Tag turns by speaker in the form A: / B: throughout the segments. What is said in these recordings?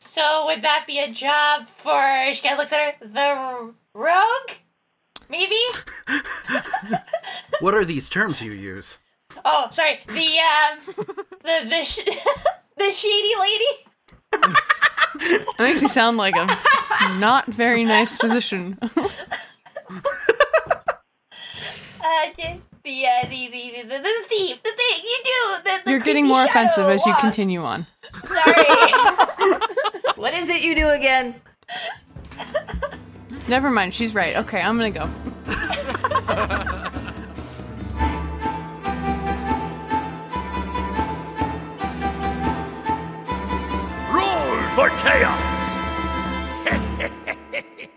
A: So would that be a job for? She kind of looks at her. The rogue, maybe.
B: What are these terms you use?
A: Oh, sorry. The um, the the sh- the shady lady.
C: That makes you sound like a not very nice physician.
A: Uh, the the uh, the, the, the the thief. The thing you do. The, the
C: You're
A: creepy
C: getting more
A: shadow
C: offensive as you
A: walk.
C: continue on.
A: Sorry.
D: What is it you do again?
C: Never mind, she's right. Okay, I'm gonna go.
E: Roll for chaos!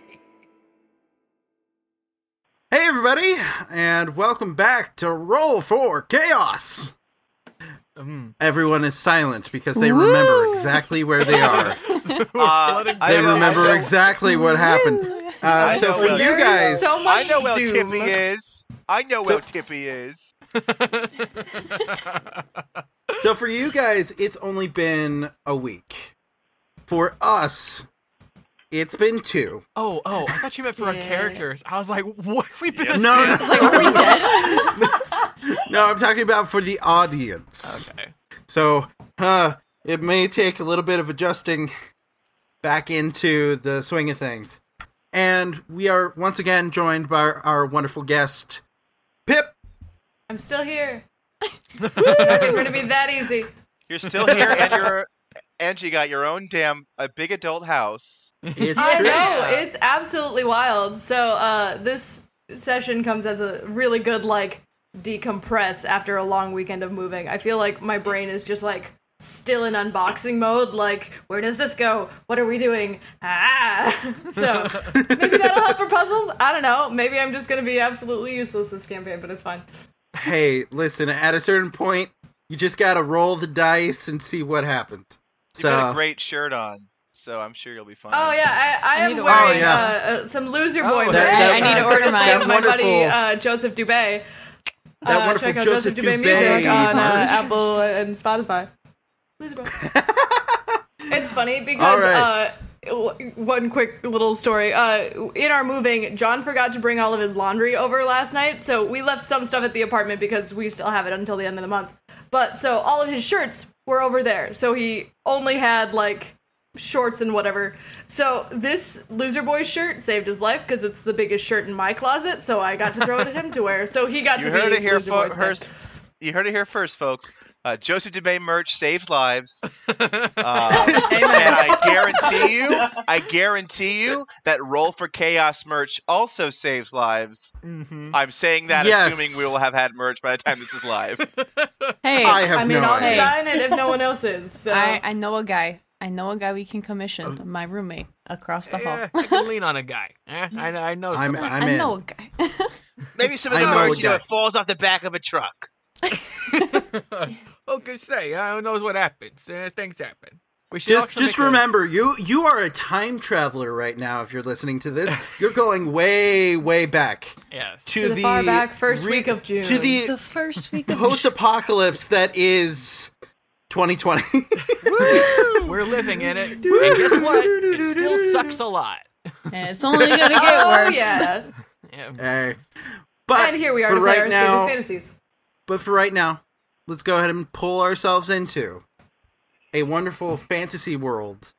B: Hey, everybody, and welcome back to Roll for Chaos. Everyone is silent because they remember exactly where they are.
F: Uh,
B: They
F: I know-
B: remember
F: I know-
B: exactly what happened. Uh,
F: I
B: so
F: know
B: for
F: what-
B: you guys,
D: So
F: I
D: much
F: know where
D: doom.
F: Tippy is. I know where Tippy is.
B: so for you guys, it's only been a week. For us, it's been two.
G: Oh, oh, I thought you meant for our
D: Yeah.
G: characters. I was like, what? We've been
B: No,
G: a
B: no,
C: It's like, are we dead?
B: No, I'm talking about for the audience.
G: Okay.
B: So, uh, it may take a little bit of adjusting back into the swing of things. And we are once again joined by our wonderful guest, Pip.
D: I'm still here. Not gonna be that easy.
F: You're still here, and you're and you got your own damn a big adult house.
B: It's
D: I
B: true.
D: know it's absolutely wild. So uh, this session comes as a really good like decompress after a long weekend of moving. I feel like my brain is just like still in unboxing mode. Like where does this go? What are we doing? Ah. So maybe that'll help for puzzles. I don't know. Maybe I'm just gonna be absolutely useless this campaign, but it's fine.
B: Hey, listen, at a certain point, you just gotta roll the dice and see what happens.
F: You got
B: So,
F: a great shirt on, so I'm sure you'll be fine.
D: Oh yeah, I, I,
C: I
D: am
C: need to
D: wearing
C: order
B: Oh, yeah.
D: uh, uh, some loser boy.
B: that-
G: Oh,
D: merch.
B: that-
D: I need to
B: uh,
D: order
B: that
D: some. My buddy
B: wonderful-
D: uh, Joseph Dubay.
B: That
D: uh,
B: wonderful
D: check out
B: Joseph
D: Joseph, Dubay, music
B: Dubé.
D: on uh,
B: Artist.
D: Apple and Spotify. Loser boy. it's funny
B: All
D: because
B: right.
D: uh, w- one quick little story. Uh, in our moving, John forgot to bring all of his laundry over last night, so we left some stuff at the apartment because we still have it until the end of the month. But so all of his shirts were over there, so he only had like shorts and whatever. So this loser boy shirt saved his life because it's the biggest shirt in my closet. So I got to throw it at him to wear. So he got
F: you
D: to
F: heard
D: be
F: it here
D: loser boy's pick.
F: first. You heard it here first, folks. Uh, Joseph Dubay merch saves lives, uh, and I guarantee you, I guarantee you that Roll for Chaos merch also saves lives.
G: Mm-hmm.
F: I'm saying that
B: Yes.
F: assuming we will have had merch by the time this is live.
C: Hey,
B: I
C: I,
B: have
D: I mean,
B: no
D: I'll
B: idea.
D: design it if no one else is. So
C: I, know a guy. I know a guy we can commission. My roommate across the hall.
G: Yeah, I can lean on a guy. Eh? I, I know
B: I'm,
G: someone.
B: I'm
C: I
B: in.
C: know a guy.
F: Maybe some
B: of I the know merch, a you know, guy. it
F: falls off the back of a truck.
G: Who can say? Uh, Who knows what happens? Uh, things happen. We should
B: just
G: actually
B: just
G: make a-
B: remember you you are a time traveler right now if you're listening to this you're going way way back
G: yes.
B: to,
D: To the far back first week of June.
B: to the
C: the first week of
B: post apocalypse that is 2020
G: We're living in it, and guess what? It still sucks a lot.
C: Yeah, It's only gonna get
D: oh
C: worse.
D: yeah.
G: Yeah.
B: hey but
D: And here we are
B: for
D: to play
B: right
D: our
B: now
D: Escapist fantasies.
B: but for right now let's go ahead and pull ourselves into a wonderful fantasy world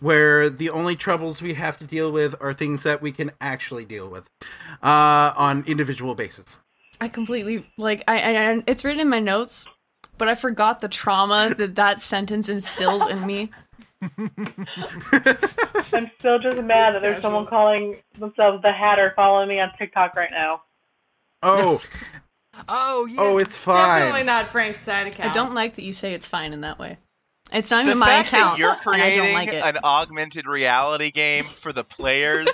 B: where the only troubles we have to deal with are things that we can actually deal with uh, on individual basis
C: I completely like I, I I- it's written in my notes, but I forgot the trauma that that sentence instills in me.
H: I'm still just mad that there's someone calling themselves the Hatter following me on TikTok right now.
B: oh
G: Oh yeah.
B: Oh, it's fine.
D: Definitely not Frank's side account.
C: I don't like that you say it's fine in that way. It's not
F: The
C: even my
F: fact
C: account.
F: that you're
C: and I don't
F: creating
C: like it.
F: an augmented reality game for the players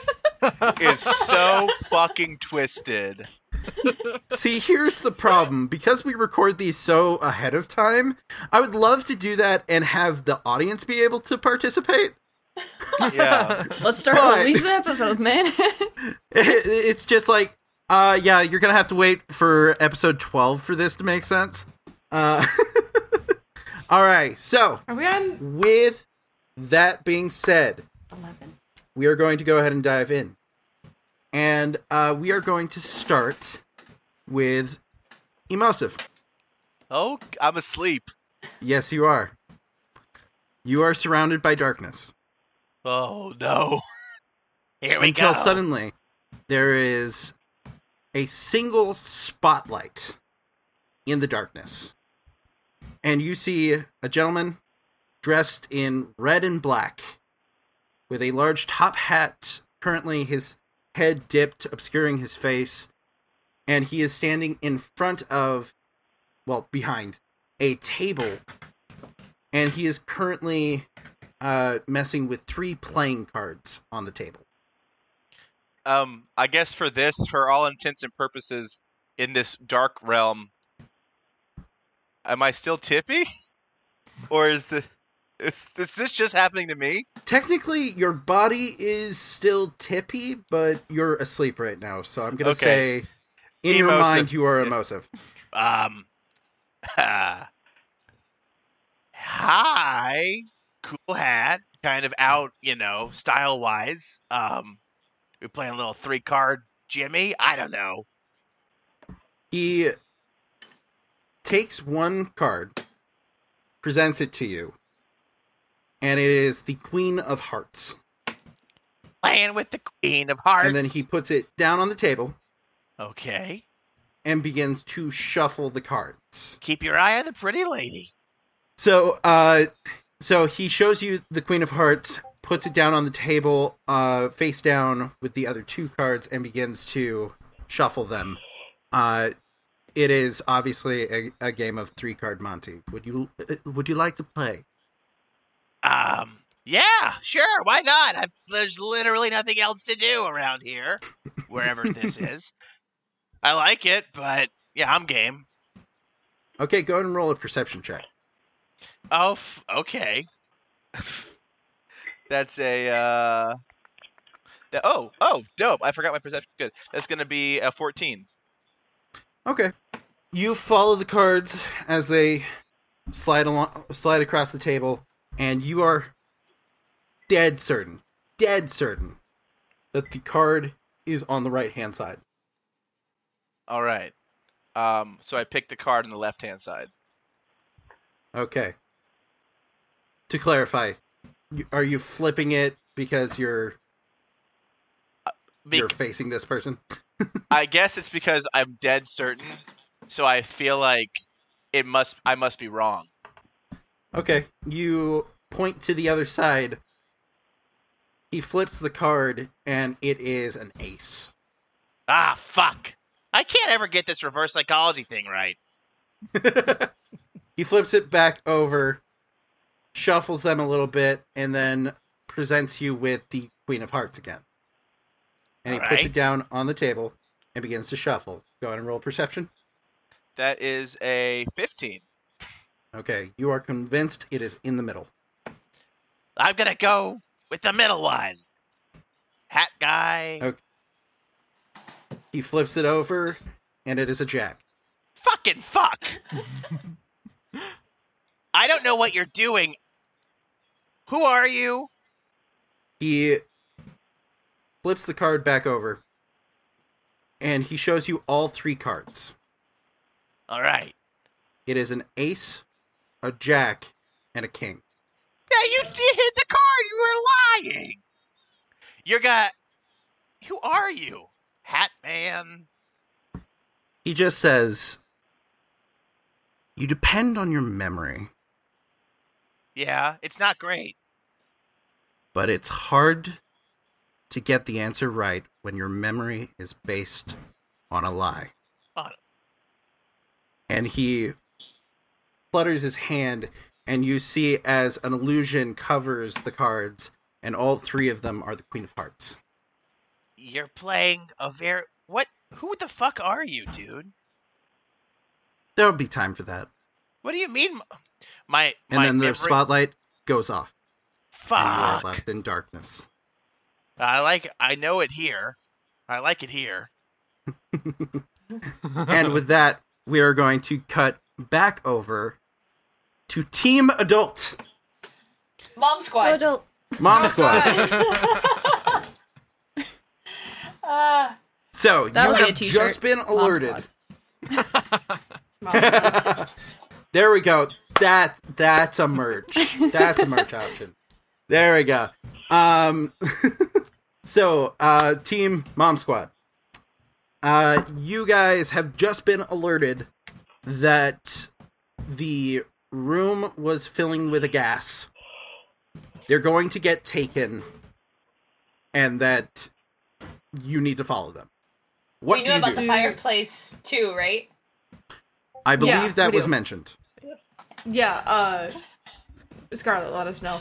F: is so fucking twisted.
B: See, here's the problem. Because we record these so ahead of time, I would love to do that and have the audience be able to participate.
F: Yeah.
C: Let's start
B: But-
C: releasing episodes, man.
B: It's just like, uh, yeah, you're gonna have to wait for episode 12 for this to make sense. Uh, all right, so
D: Are we on?
B: with That being said, we are going to go ahead and dive in. And uh, we are going to start with Emosive.
F: Oh, I'm asleep.
B: Yes, you are. You are surrounded by darkness.
F: Oh no. Here we
B: until
F: go.
B: suddenly there is a single spotlight in the darkness. And you see a gentleman dressed in red and black with a large top hat, currently his head dipped, obscuring his face. And he is standing in front of, well, behind a table. And he is currently uh, messing with three playing cards on the table.
F: um, I guess for this, for all intents and purposes, in this dark realm, am I still Tippy, or is the is, is this just happening to me?
B: Technically, your body is still tippy, but you're asleep right now. So I'm gonna
F: Okay.
B: say, in your
F: Emosive.
B: mind, you are
F: Yeah.
B: emotive.
F: Um, hi, cool hat, kind of out, you know, style wise. Um, we playing a little three card Jimmy. I don't know.
B: He takes one card, presents it to you, and it is the Queen of Hearts.
F: Playing with the Queen of Hearts.
B: And then he puts it down on the table
F: okay.
B: and begins to shuffle the cards.
F: Keep your eye on the pretty lady.
B: So, uh, so he shows you the Queen of Hearts, puts it down on the table, uh, face down with the other two cards, and begins to shuffle them. Uh, it is obviously a, a game of three card Monty. Would you uh, would you like to play?
F: Um, yeah, sure, why not? I've, there's literally nothing else to do around here, wherever this is. I like it, but yeah, I'm game.
B: Okay, go ahead and roll a perception check.
F: Oh, f- okay. That's a uh. That, oh, oh, dope! I forgot my perception. Good. That's gonna be a fourteen.
B: Okay. You follow the cards as they slide along, slide across the table, and you are dead certain, dead certain that the card is on the right hand side.
F: All right. Um. So I picked the card on the left hand side.
B: Okay. To clarify, you- are you flipping it because you're
F: Bec-
B: you're facing this person?
F: I guess it's because I'm dead certain, so I feel like it must. I must be wrong.
B: Okay. You point to the other side. He flips the card, and it is an ace.
F: Ah, fuck! I can't ever get this reverse psychology thing right.
B: he flips it back over, shuffles them a little bit, and then presents you with the Queen of Hearts again. And he puts
F: Alright.
B: it down on the table and begins to shuffle. Go ahead and roll perception.
F: That is a fifteen.
B: Okay, you are convinced it is in the middle.
F: I'm gonna go with the middle one. Hat guy.
B: He flips it over, and it is a jack.
F: Fucking fuck. I don't know what you're doing. Who are you?
B: He flips the card back over, and he shows you all three cards.
F: All right.
B: It is an ace, a jack, and a king.
F: Yeah, you did hit the card. You were lying. You're got. Who are you? Hat man.
B: He just says, You depend on your memory,
F: Yeah, it's not great.
B: but it's hard to get the answer right when your memory is based on a lie.
F: On-
B: And he flutters his hand, and you see as an illusion covers the cards, and all three of them are the Queen of Hearts.
F: You're playing a very. What? Who the fuck are you, dude?
B: There'll be time for that.
F: What do you mean? m- My
B: And
F: my
B: then the
F: memory-
B: spotlight goes off, and
F: Fuck.
B: you are left in darkness.
F: I like. I know it here. I like it here.
B: and with that, we are going to cut back over to Team Adult.
A: Mom
C: Go
A: squad.
C: to
B: Mom squad.
A: Uh,
B: So
C: That
B: you
C: would be a
B: have
C: t-shirt.
B: just been
C: Mom
B: alerted.
C: squad.
B: There we go. That that's a merch. That's a merch option. There we go. Um so uh team mom squad. Uh you guys have just been alerted that the room was filling with a gas. They're going to get taken and that you need to follow them. What
A: we
B: do
A: knew
B: you
A: about
B: do?
A: the fireplace too, right?
B: I believe
D: Yeah,
B: that
D: we
B: was
D: do.
B: mentioned.
D: Yeah, uh Scarlet, let us know.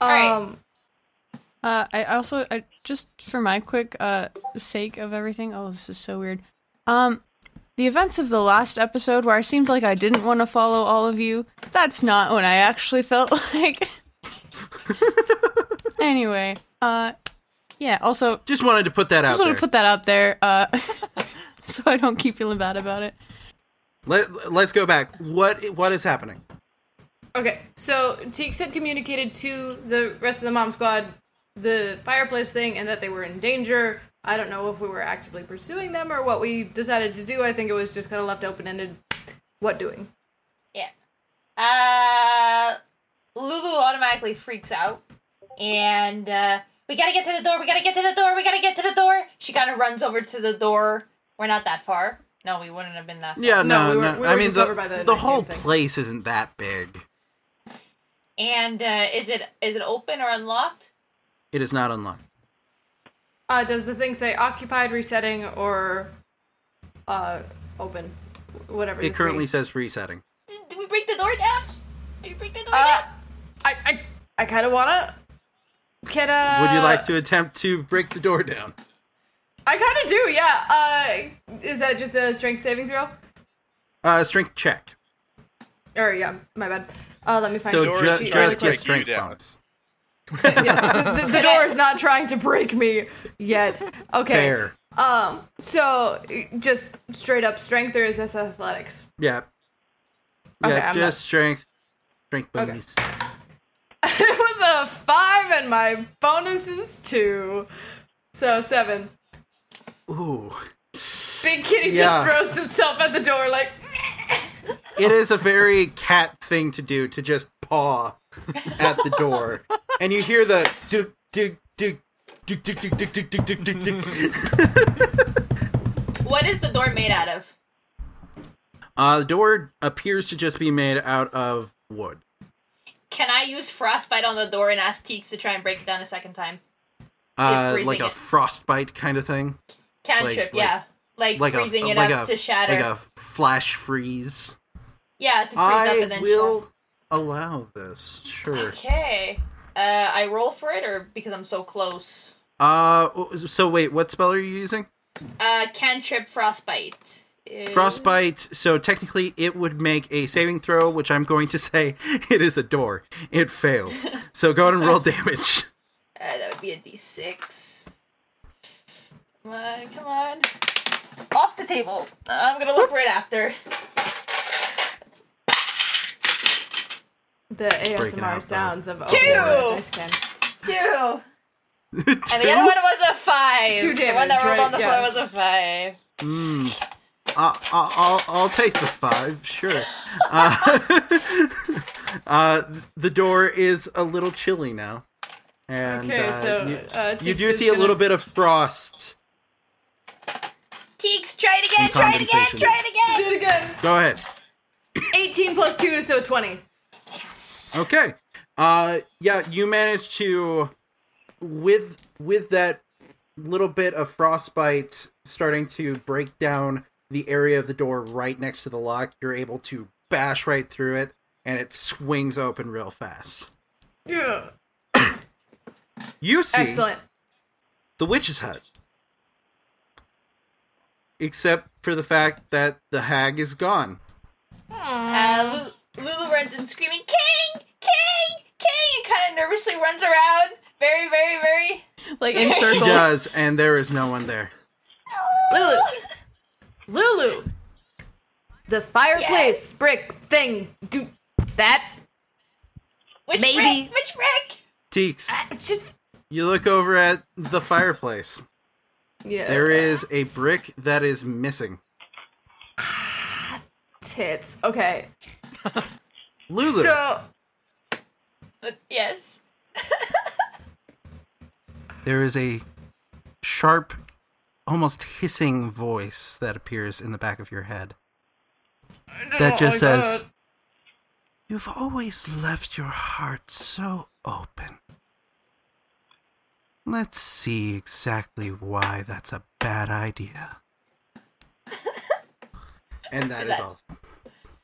D: Um
A: right.
C: Uh, I also I just for my quick uh sake of everything. Oh, this is so weird. Um, the events of the last episode where I seemed like I didn't want to follow all of you. That's not when I actually felt like. anyway, uh, yeah. Also,
B: Just wanted to put that out
C: just want
B: there.
C: to put that out there. Uh, so I don't keep feeling bad about it.
B: Let, let's go back. What what is happening?
D: Okay, so Teeks had communicated to the rest of the mom squad the fireplace thing and that they were in danger. I don't know if we were actively pursuing them or what we decided to do. I think it was just kind of left open ended. What doing?
A: Yeah. Uh, Lulu automatically freaks out, and uh, we gotta get to the door. We gotta get to the door. We gotta get to the door. She kind of runs over to the door. We're not that far. No, we wouldn't have been that. Far.
B: Yeah,
D: No,
B: no,
D: we
B: no.
D: were- we
B: I
D: were
B: mean,
D: just
B: the,
D: over by the
B: the
D: night
B: whole
D: game thing.
B: place isn't that big.
A: And uh, is it is it open or unlocked?
B: It is not unlocked.
D: Uh, does the thing say occupied, resetting, or uh, open? Whatever.
B: It
D: the
B: currently
D: three.
B: says resetting.
A: Did, did we break the door down? Did we break the door
D: Uh,
A: down?
D: I, I, I kind of wanna. Can, uh,
B: Would you like to attempt to break the door down?
D: I kind of do, yeah. Uh, is that just a strength saving throw?
B: Uh, strength check.
D: Or yeah, my bad. Uh, let me find
B: So
D: the
F: Doors
B: ju-
F: trying
D: sheet
B: just
F: try
D: really
F: to
B: get
F: break
D: quick.
F: you
B: strength
F: down.
B: bonus.
D: Yeah, the, the door is not trying to break me yet. Okay.
B: Fair.
D: Um. So just straight up strength, or is this athletics?
B: Yeah. Yeah,
D: Okay, I'm
B: just
D: not-
B: strength. Strength
D: Okay.
B: bonus.
D: it was a five, and my bonus is two, so seven.
B: Ooh.
D: Big Kitty
B: Yeah.
D: just throws itself at the door like.
B: It is a very cat thing to do to just paw at the door. And you hear the do do do do do do do do do do do.
A: what is the door made out of?
B: Uh, the door appears to just be made out of wood.
A: Can I use frostbite on the door and ask Teeks to try and break it down a second time?
B: Uh,
A: freezing
B: like a
A: it.
B: frostbite kind of thing.
A: Cantrip,
B: like-
A: yeah. Like,
B: Like
A: freezing
B: a,
A: it
B: like
A: up
B: a,
A: to shatter.
B: Like a flash freeze.
A: yeah, to freeze up
B: I
A: and then shatter.
B: will allow this. Sure.
A: Okay. Uh, I roll for it, or because I'm so close.
B: Uh, so wait, what spell are you using?
A: Uh, cantrip frostbite. Uh,
B: Frostbite. So technically, it would make a saving throw, which I'm going to say it is a door. It fails. So go ahead and roll damage.
A: Uh, that would be a D6. Come on, come on. Off the table. I'm gonna look for it after.
D: The
B: breaking out, though.
D: ASMR sounds of oh, opening
A: Two!
D: a dice can.
A: Two. And the other one was a five.
D: Two
A: The one that
D: damage,
A: rolled on
D: right,
A: the
D: yeah.
A: floor was a five.
B: Mm. I, I, I'll, I'll take the five, sure. Uh, uh, the door is a little chilly now. And,
D: Okay,
B: uh,
D: so
B: you,
D: uh,
B: you
D: Tix
B: do
D: is
B: see a
D: gonna-
B: little bit of frost.
A: Teeks, try it again,
B: And
A: try it again,
B: condensation.
A: try it
D: Do
A: again.
D: it again.
B: Go ahead.
D: 18 plus 2, so 20.
B: Okay. Uh, yeah, you managed to, with with that little bit of frostbite starting to break down the area of the door right next to the lock, you're able to bash right through it, and it swings open real fast.
D: Yeah.
B: You see
D: Excellent.
B: the witch's hut. Except for the fact that the hag is gone.
A: Uh, Lu- Lulu runs in screaming, King! King! King! And kind of nervously runs around. Very, very, very.
C: Like in
B: She
C: circles.
B: does, and there is no one there.
D: Lulu. Lulu. The fireplace brick thing. Do that.
A: Which
I: Maybe.
A: Rick? Which Rick?
B: Teeks,
I: It's just
B: you look over at the fireplace.
D: Yeah.
B: There is a brick that is missing.
D: tits. Okay.
B: Lulu,
D: So
A: But yes.
B: there is a sharp, almost hissing voice that appears in the back of your head that just says, You've always left your heart so open. Let's see exactly why that's a bad idea. and that is,
A: that-
B: all.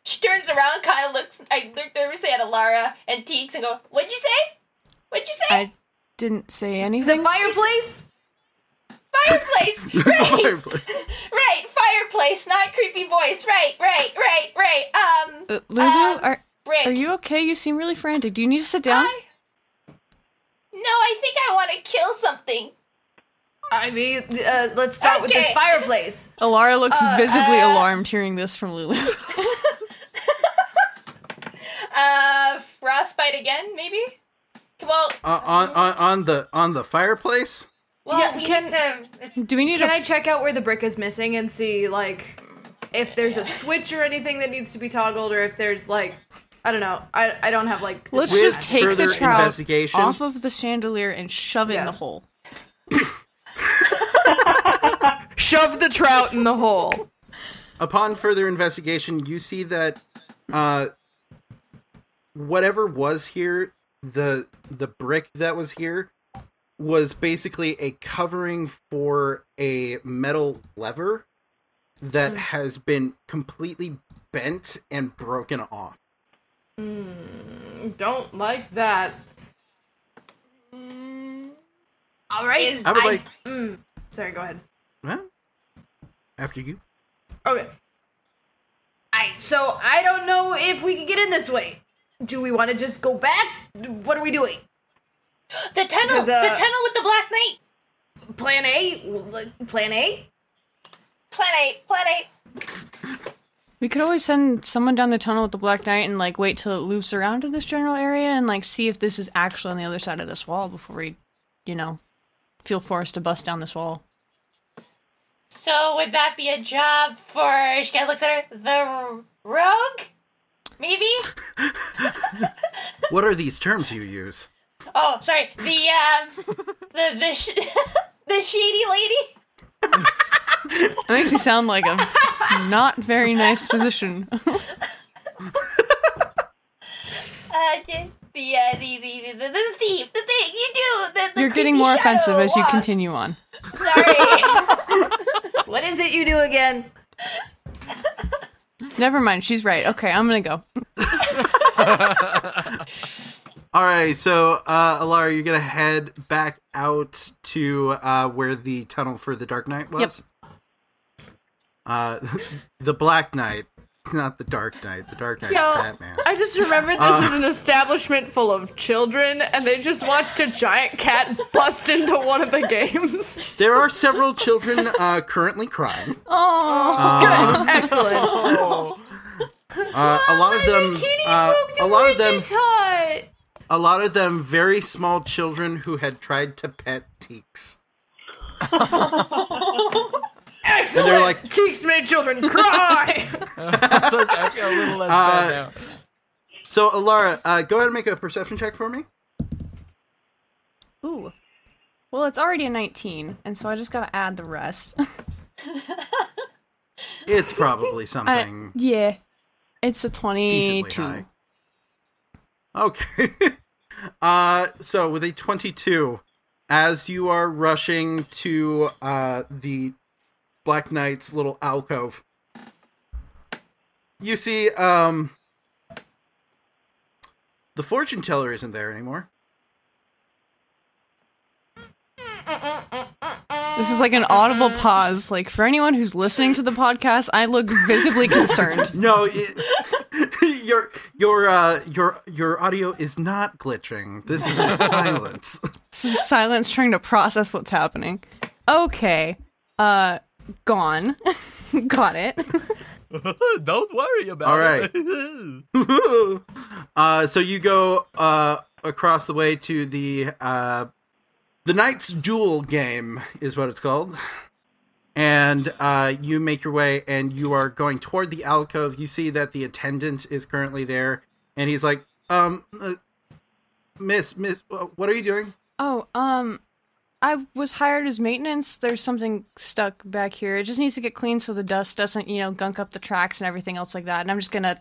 A: She turns around, kind of looks. I look nervously at Alara and Teeks and go, "What'd you say? What'd you say?
C: I didn't say
D: the
C: anything.
D: fireplace.
A: Fireplace, right? right, fireplace, not creepy voice. Right, right, right, right. Um,
C: Uh, Lulu,
A: Um,
C: are
A: Rick,
C: are you okay? You seem really frantic. Do you need to sit down?
A: I- No, I think I want to kill something.
D: I mean, uh, let's start with this
A: Okay.
D: fireplace.
C: Alara looks visibly
A: uh,
C: alarmed hearing this from Lulu.
A: Uh, frostbite again, maybe. Well,
B: Uh, on, on on the on the fireplace.
A: well,
D: Yeah,
A: we
D: can-
A: can. To, it's-
C: Do we need
D: Can
C: a
D: I check out where the brick is missing and see like if there's a switch or anything that needs to be toggled, or if there's like I don't know. I I don't have like.
C: Let's
B: With
C: just take the
B: further
C: trowel
B: investigation-
C: off of the chandelier and shove it
D: Yeah.
C: in the hole.
D: shove the trout in the hole.
B: Upon further investigation, you see that uh, whatever was here, the the brick that was here was basically a covering for a metal lever that
C: Hmm.
B: has been completely bent and broken off.
D: Hmm, Don't like that. Hmm,
I: all right.
A: Is-
B: I would like
D: Sorry. Go ahead.
B: Huh? after you.
D: Okay. I so I don't know if we can get in this way. Do we want to just go back? What are we doing?
A: the tunnel,
D: Because, uh,
A: the tunnel with the black knight.
D: Plan A. Well, like, Plan A.
A: Plan eight, plan eight.
C: We could always send someone down the tunnel with the Black Knight and like wait till it loops around in this general area and like see if this is actually on the other side of this wall before we, you know, feel forced to bust down this wall.
A: So would that be a job for? She kind of looks at her. The r- rogue, maybe.
B: What are these terms you use?
A: Oh, sorry. The um, the the sh- the shady lady.
C: That makes me sound like a not very nice position.
A: Uh, the the uh, the, the, the, the thief. The thing you do. The, the
C: You're
A: creepy
C: getting more offensive
A: shadow
C: as you
A: walk.
C: continue on.
A: Sorry.
D: What is it you do again?
C: Never mind, she's right. Okay, I'm gonna go.
B: All right, so uh, Alara, you're gonna head back out to uh, where the tunnel for the Dark Knight was. Uh, the Black Knight, not the Dark Knight. The Dark Knight's
D: No.
B: Batman.
D: I just remembered this
B: Uh.
D: is an establishment full of children, and they just watched a giant cat bust into one of the games.
B: There are several children uh, currently crying.
C: Oh,
B: Uh,
D: Excellent.
B: uh, a lot of them, uh, a lot of them,
D: hot.
B: a lot of them, very small children who had tried to pet Teeks.
D: Excellent.
B: they're like-
D: cheeks made children cry.
B: Oh.
G: so I feel a little less
B: Uh,
G: bad now.
B: So Alara, uh, go ahead and make a perception check for me.
C: ooh. Well, it's already a 19, and so I just gotta add the rest.
B: It's probably
C: I-
B: something.
C: yeah, it's a
B: decently
C: 22.
B: high. Okay. uh, so with a twenty-two, as you are rushing to uh, the Black Knight's little alcove, you see um, the fortune teller isn't there anymore.
C: This is like an audible pause. Like for anyone who's listening to the podcast, I look visibly concerned.
B: No, it, your your uh, your your audio is not glitching. This is just silence.
C: This is silence trying to process what's happening. Okay. Uh gone. Got it.
G: Don't worry about
B: All right.
G: it.
B: uh, Uh, so you go uh, across the way to the uh, the Knights Duel game is what it's called, and uh, you make your way and you are going toward the alcove. You see that the attendant is currently there, and he's like, "Um, uh, Miss, Miss, wh- what are you doing?"
C: Oh, um, I was hired as maintenance. There's something stuck back here. It just needs to get cleaned so the dust doesn't, you know, gunk up the tracks and everything else like that. And I'm just gonna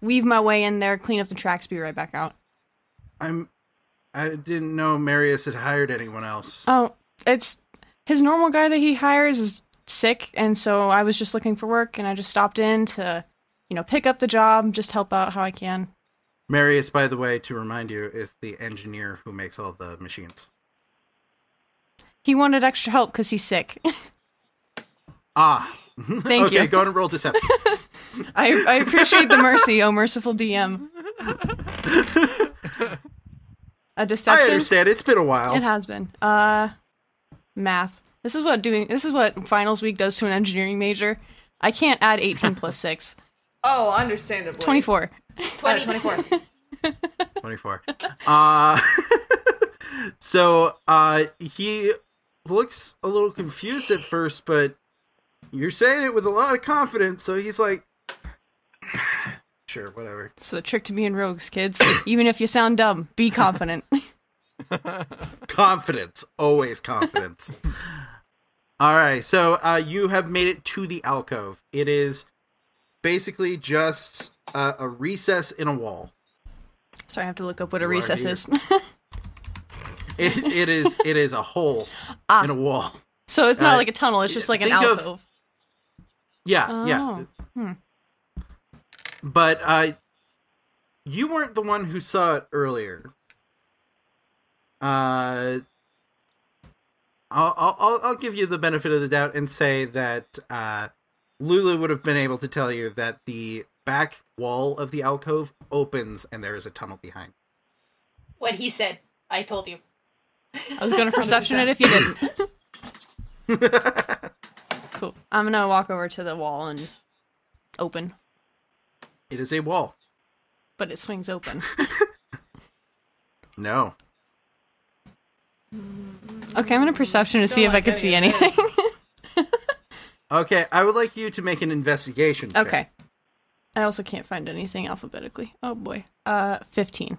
C: weave my way in there, clean up the tracks, be right back out.
B: I'm. I didn't know Marius had hired anyone else.
C: Oh, it's his normal guy that he hires is sick, and so I was just looking for work, and I just stopped in to, you know, pick up the job, just help out how I can.
B: Marius, by the way, to remind you, is the engineer who makes all the machines.
C: He wanted extra help because he's sick.
B: Ah.
C: Thank
B: okay,
C: you.
B: go ahead and roll deception.
C: I, I appreciate the mercy, oh merciful DM. A
B: I
C: deception.
B: understand. It's been a while.
C: It has been. Uh math. This is what doing this is what finals week does to an engineering major. I can't add 18 plus 6.
D: Oh, understandably.
C: 24.
D: Uh, 24.
B: 24. Uh, so uh, he looks a little confused at first, but you're saying it with a lot of confidence. So he's like, sure, whatever.
C: It's the trick to being rogues, kids. Even if you sound dumb, be confident.
B: Confidence. Always confidence. All right. So uh, you have made it to the alcove. It is basically just uh, a recess in a wall.
C: Sorry, I have to look up what
B: You
C: a
B: are
C: recess
B: here.
C: is.
B: It, it is it is a hole
C: Ah.
B: in a wall.
C: so it's not
B: Uh,
C: like a tunnel, it's just like an
B: think of-
C: alcove.
B: Yeah, yeah.
C: Oh. Hmm.
B: But uh you weren't the one who saw it earlier. Uh I'll I'll- I'll I'll give you the benefit of the doubt and say that uh Lulu would have been able to tell you that the back wall of the alcove opens and there is a tunnel behind.
A: What he said, I told you.
C: I was gonna perception it if you didn't. cool. I'm gonna walk over to the wall and open,
B: It is a wall.
C: but it swings open.
B: No.
C: Okay, I'm gonna perception to see if I can see anything.
B: Okay, I would like you to make an investigation. check.
C: okay. I also can't find anything alphabetically. Oh boy. Uh, fifteen.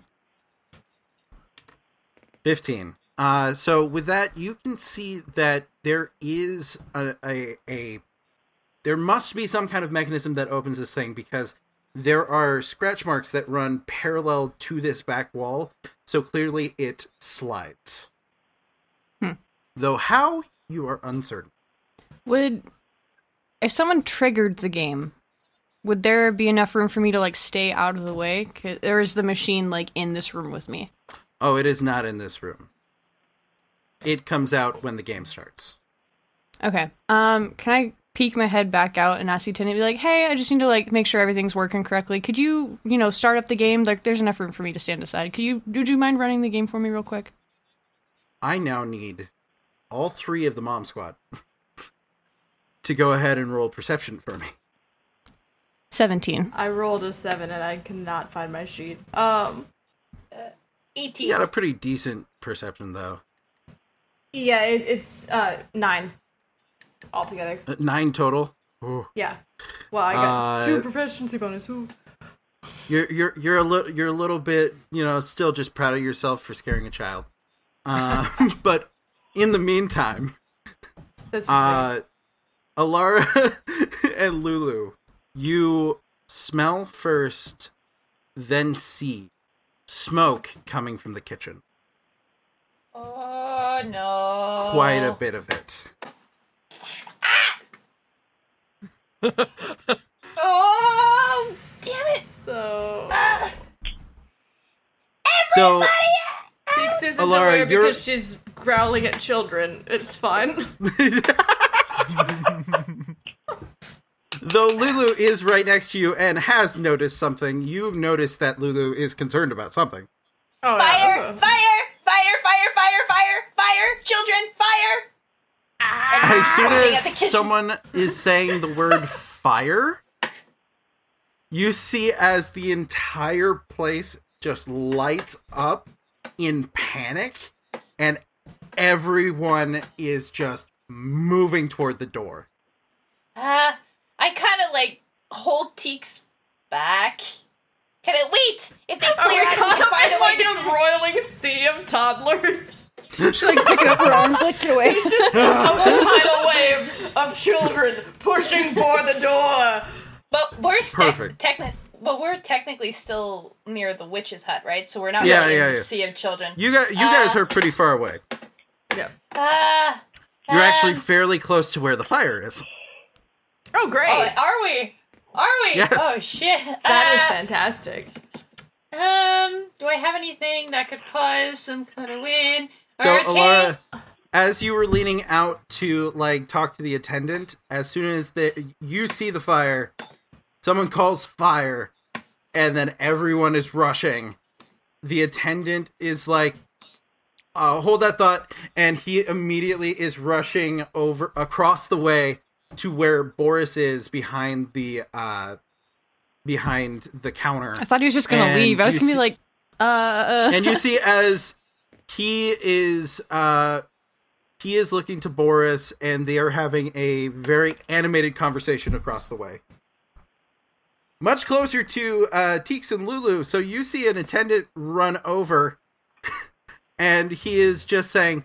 B: 15 uh so with that you can see that there is a, a a there must be some kind of mechanism that opens this thing because there are scratch marks that run parallel to this back wall so clearly it slides
C: Hmm.
B: though how you are uncertain
C: Would if someone triggered the game, would there be enough room for me to like stay out of the way, 'Cause- or is the machine like in this room with me?
B: oh it is not in this room it comes out when the game starts
C: Okay. Um, can I peek my head back out and ask the attendant, be like, "Hey, I just need to like make sure everything's working correctly. Could you, you know, start up the game? Like, there's enough room for me to stand aside. Could you, would you mind running the game for me real quick?
B: i now need all three of the mom squad to go ahead and roll perception for me
C: Seventeen.
D: I rolled a seven and I cannot find my sheet. Um,
A: 18.
B: You got a pretty decent perception, though.
D: yeah, it, it's uh nine altogether.
B: Uh, Nine total. Ooh.
D: Yeah. Well, I got
B: Uh,
D: two proficiency bonus. Ooh.
B: You're you're you're a little you're a little bit you know still just proud of yourself for scaring a child, uh, but in the meantime,
D: That's just me.
B: uh, Alara and Lulu, you smell first, then see smoke coming from the kitchen.
A: Oh no.
B: Quite a bit of it.
A: Oh damn it. Ah.
D: So
B: So
D: Cheeks isn't
B: Alara,
D: aware
B: you're-
D: because she's growling at children. It's fine.
B: Though Lulu is right next to you and has noticed something, you've noticed that Lulu is concerned about something.
D: Oh,
A: Fire!
D: yeah,
A: Fire! Fire! Fire! Fire! Fire! Fire! Children! Fire! And
B: As soon
A: looking at the
B: as
A: kitchen.
B: someone is saying the word fire, you see as the entire place just lights up in panic and everyone is just moving toward the door.
A: Uh, I kind of like hold Teeks back. Can it wait? If they
D: Are we
A: clear, can
D: caught
A: we
D: up
A: find
D: in
A: a way
D: like
A: to
D: a roiling sea of toddlers?
C: She like picking up her arms, like get away.
D: It's just a tidal wave of children pushing for the door.
A: But we're
B: Perfect.
A: tec- techni- but we're technically still near the witch's hut, right? So we're not
B: Yeah,
A: really
B: yeah,
A: in the
B: yeah.
A: sea of children.
B: You guys, you guys
A: Uh,
B: are pretty far away.
D: Yep.
A: uh,
B: You're actually
A: um,
B: fairly close to where the fire is.
D: Oh, great.
A: oh, are we? Are we?
B: Yes.
A: Oh shit.
D: that is
A: Uh,
D: fantastic.
A: Um, do I have anything that could cause some kind of wind?
B: So,
A: Hurricane?
B: Alara, as you were leaning out to like talk to the attendant, as soon as the, you see the fire, someone calls fire, and then everyone is rushing. The attendant is like, uh, "Hold that thought," and he immediately is rushing over across the way to where Boris is behind the uh, behind the counter.
C: I thought he was just gonna
B: And
C: leave. I was
B: you
C: gonna
B: see-
C: be like, uh, uh.
B: and you see as he is uh he is looking to Boris and they are having a very animated conversation across the way. Much closer to uh Teeks and Lulu, so you see an attendant run over and he is just saying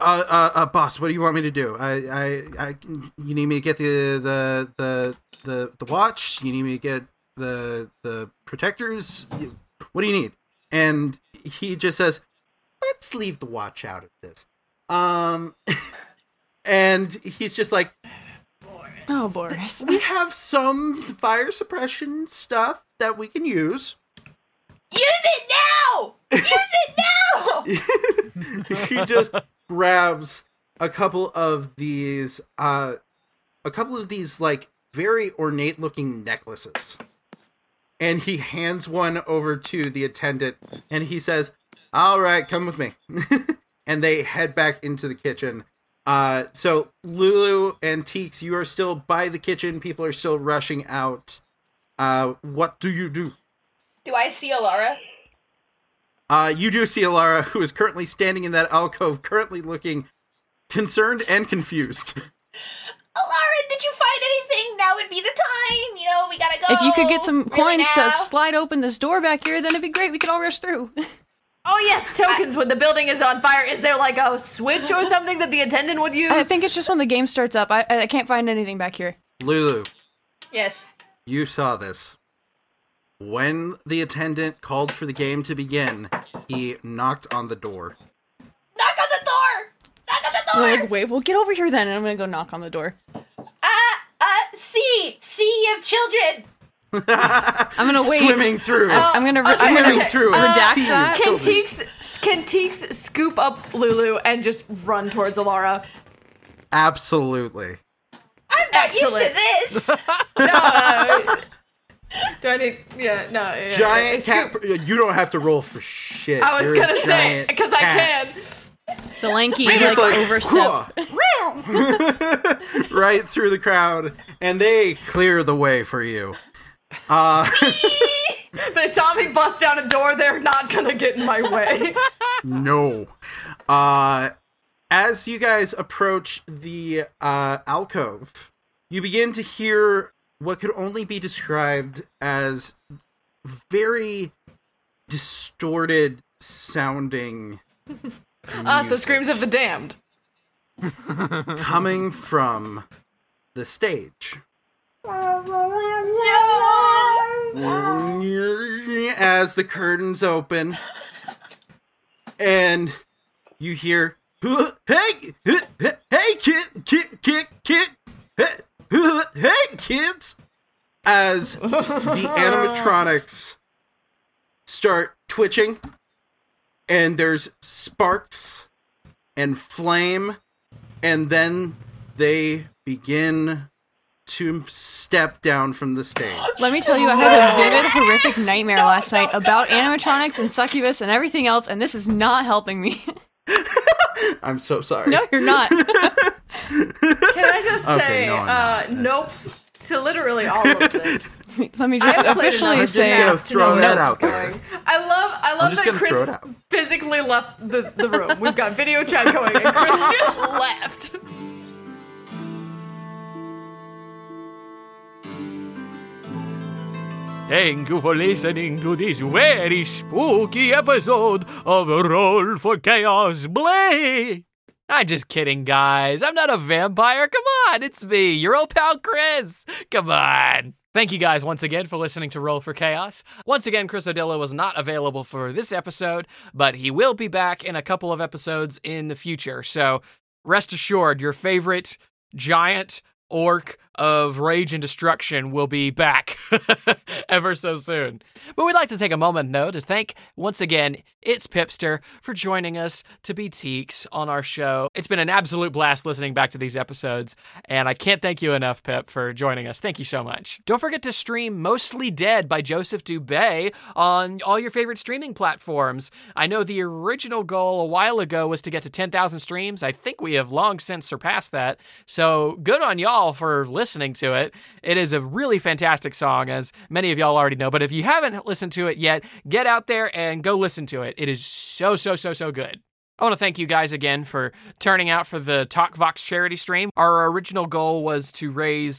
B: uh, uh, uh, boss, what do you want me to do? I, I, I, you need me to get the, the, the, the, the watch. You need me to get the, the protectors. You- What do you need? and he just says, "Let's leave the watch out of this." Um, and he's just like,
C: oh Boris.
B: "We have some fire suppression stuff that we can use."
A: Use it now! Use it now!
B: he just grabs a couple of these, uh, a couple of these like very ornate-looking necklaces, and he hands one over to the attendant, and he says, "All right, come with me." and they head back into the kitchen. Uh, so Lulu and Teeks, you are still by the kitchen. People are still rushing out. Uh, what do you do?
A: do I see Alara?
B: Uh, you do see Alara, who is currently standing in that alcove, currently looking concerned and confused.
A: Alara, Oh, did you find anything? Now would be the time. You know, we gotta go.
C: If you could get some
A: Really
C: coins
A: now?
C: to slide open this door back here, then it'd be great. We could all rush through.
D: Oh yes, tokens when the building is on fire. Is there like a switch or something that the attendant would use?
C: I think it's just when the game starts up. I, I can't find anything back here.
B: Lulu,
A: Yes.
B: you saw this. When the attendant called for the game to begin, he knocked on the door.
A: Knock on the door! Knock on the
C: I'm
A: door!
C: like, wait, well, get over here then. And I'm gonna go knock on the door.
A: Uh, uh, sea! Sea of children!
C: I'm gonna wait.
B: Swimming through.
D: Oh.
C: I'm gonna. Re- I'm
B: Swimming
C: gonna
D: okay.
B: through.
C: redact
B: See you,
C: that.
D: can
B: children.
D: Teeks can Teeks scoop up Lulu and just run towards Alara?
B: Absolutely.
A: I'm not
D: Excellent.
A: used to this!
D: No, no, no. do I need? Yeah, no. yeah, yeah.
B: Giant
D: Scoop-
B: cat. You don't have to roll for shit.
D: I was
B: You're a
D: gonna say
B: giant
D: because I
B: cat.
D: can.
C: the lanky
B: Just
C: like,
B: like,
C: overstep.
B: "Hua!" right through the crowd, and they clear the way for you. Uh,
D: They saw me bust down a door. They're not gonna get in my way.
B: no. Uh, as you guys approach the uh, alcove, you begin to hear what could only be described as very distorted sounding
D: Ah, so screams of the damned.
B: coming from the stage. As the curtains open, and you hear, "Hey, hey, hey, kid, kid, kid, kid, hey, hey, kids!" As the animatronics start twitching, and there's sparks and flame and then they begin to step down from the stage.
C: Let me tell you, I had a vivid, horrific nightmare last night about animatronics and succubus and everything else, and this is not helping me.
B: I'm so sorry.
C: no, you're not.
D: Can I just
B: Okay,
D: say,
B: no, I'm
D: uh,
B: not.
D: nope. to literally all of this.
C: Let me just
D: I played
C: officially
D: enough
C: say
D: to
B: gonna
D: have to know
B: throw
D: where
B: that
D: this is
B: out there.
D: going. I love I love
B: just gonna
D: that
B: throw
D: Chris
B: it out.
D: physically left the, the room. We've got video chat going and Chris just left.
B: uh,
G: Thank you for listening to this very spooky episode of Roll for Chaos Blade. I'm just kidding, guys. I'm not a vampire. Come on, it's me, your old pal Chris. Come on. Thank you guys once again for listening to Roll for Chaos. Once again, Chris Odillo was not available for this episode, but he will be back in a couple of episodes in the future. So rest assured, your favorite giant orc of rage and destruction will be back ever so soon. But we'd like to take a moment now to thank once again It's Pipster for joining us to be Teeks on our show. It's been an absolute blast listening back to these episodes, and I can't thank you enough, Pip, for joining us. Thank you so much. Don't forget to stream Mostly Dead by Joseph Dubay on all your favorite streaming platforms. I know the original goal a while ago was to get to 10,000 streams. I think we have long since surpassed that. So good on y'all for listening to it. It is a really fantastic song, as many of y'all already know. But if you haven't listened to it yet, get out there and go listen to it. It is so, so, so, so good. I want to thank you guys again for turning out for the TalkVox charity stream. Our original goal was to raise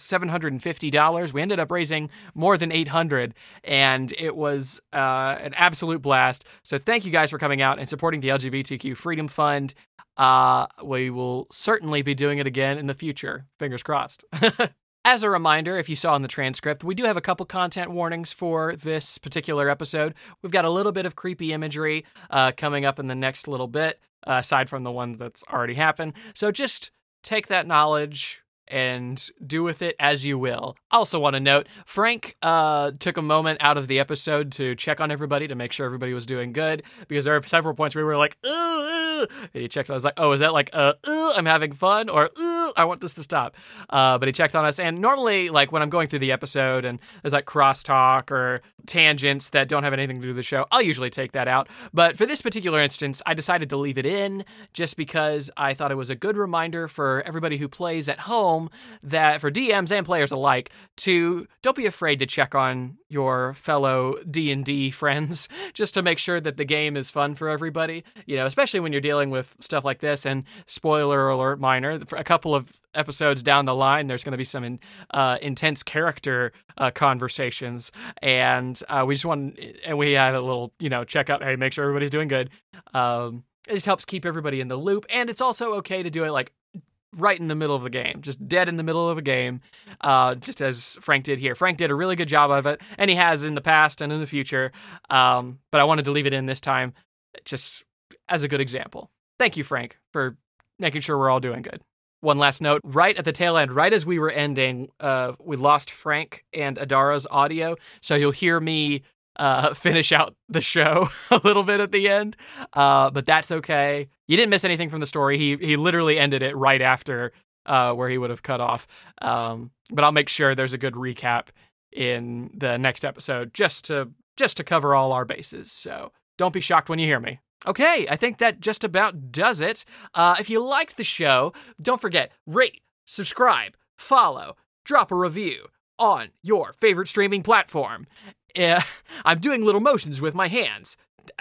G: $750. We ended up raising more than 800 and it was uh, an absolute blast. So thank you guys for coming out and supporting the LGBTQ Freedom Fund. Uh, we will certainly be doing it again in the future. Fingers crossed. As a reminder, if you saw in the transcript, we do have a couple content warnings for this particular episode. We've got a little bit of creepy imagery uh, coming up in the next little bit, uh, aside from the ones that's already happened. So just take that knowledge and do with it as you will. I also want to note Frank uh, took a moment out of the episode to check on everybody to make sure everybody was doing good because there were several points where we were like, ooh, ooh. And he checked. I was like, oh, is that like, uh, ooh, I'm having fun or ooh, I want this to stop. Uh, but he checked on us. And normally, like when I'm going through the episode and there's like crosstalk or tangents that don't have anything to do with the show, I'll usually take that out. But for this particular instance, I decided to leave it in just because I thought it was a good reminder for everybody who plays at home that for DMs and players alike to don't be afraid to check on your fellow D&D friends just to make sure that the game is fun for everybody, you know, especially when you're dealing with stuff like this and spoiler alert minor, for a couple of episodes down the line, there's going to be some in, uh, intense character uh, conversations, and uh, we just want and we had a little you know check up. Hey, make sure everybody's doing good. Um, it just helps keep everybody in the loop, and it's also okay to do it like right in the middle of the game, just dead in the middle of a game, uh, just as Frank did here. Frank did a really good job of it, and he has in the past and in the future. Um, but I wanted to leave it in this time, just as a good example. Thank you, Frank, for making sure we're all doing good. One last note right at the tail end, right as we were ending, uh, we lost Frank and Adara's audio. So you'll hear me uh, finish out the show a little bit at the end. Uh, but that's okay. You didn't miss anything from the story. He, he literally ended it right after uh, where he would have cut off. Um, but I'll make sure there's a good recap in the next episode just to just to cover all our bases. So don't be shocked when you hear me. Okay, I think that just about does it. Uh, if you liked the show, don't forget rate, subscribe, follow, drop a review on your favorite streaming platform. Eh, I'm doing little motions with my hands.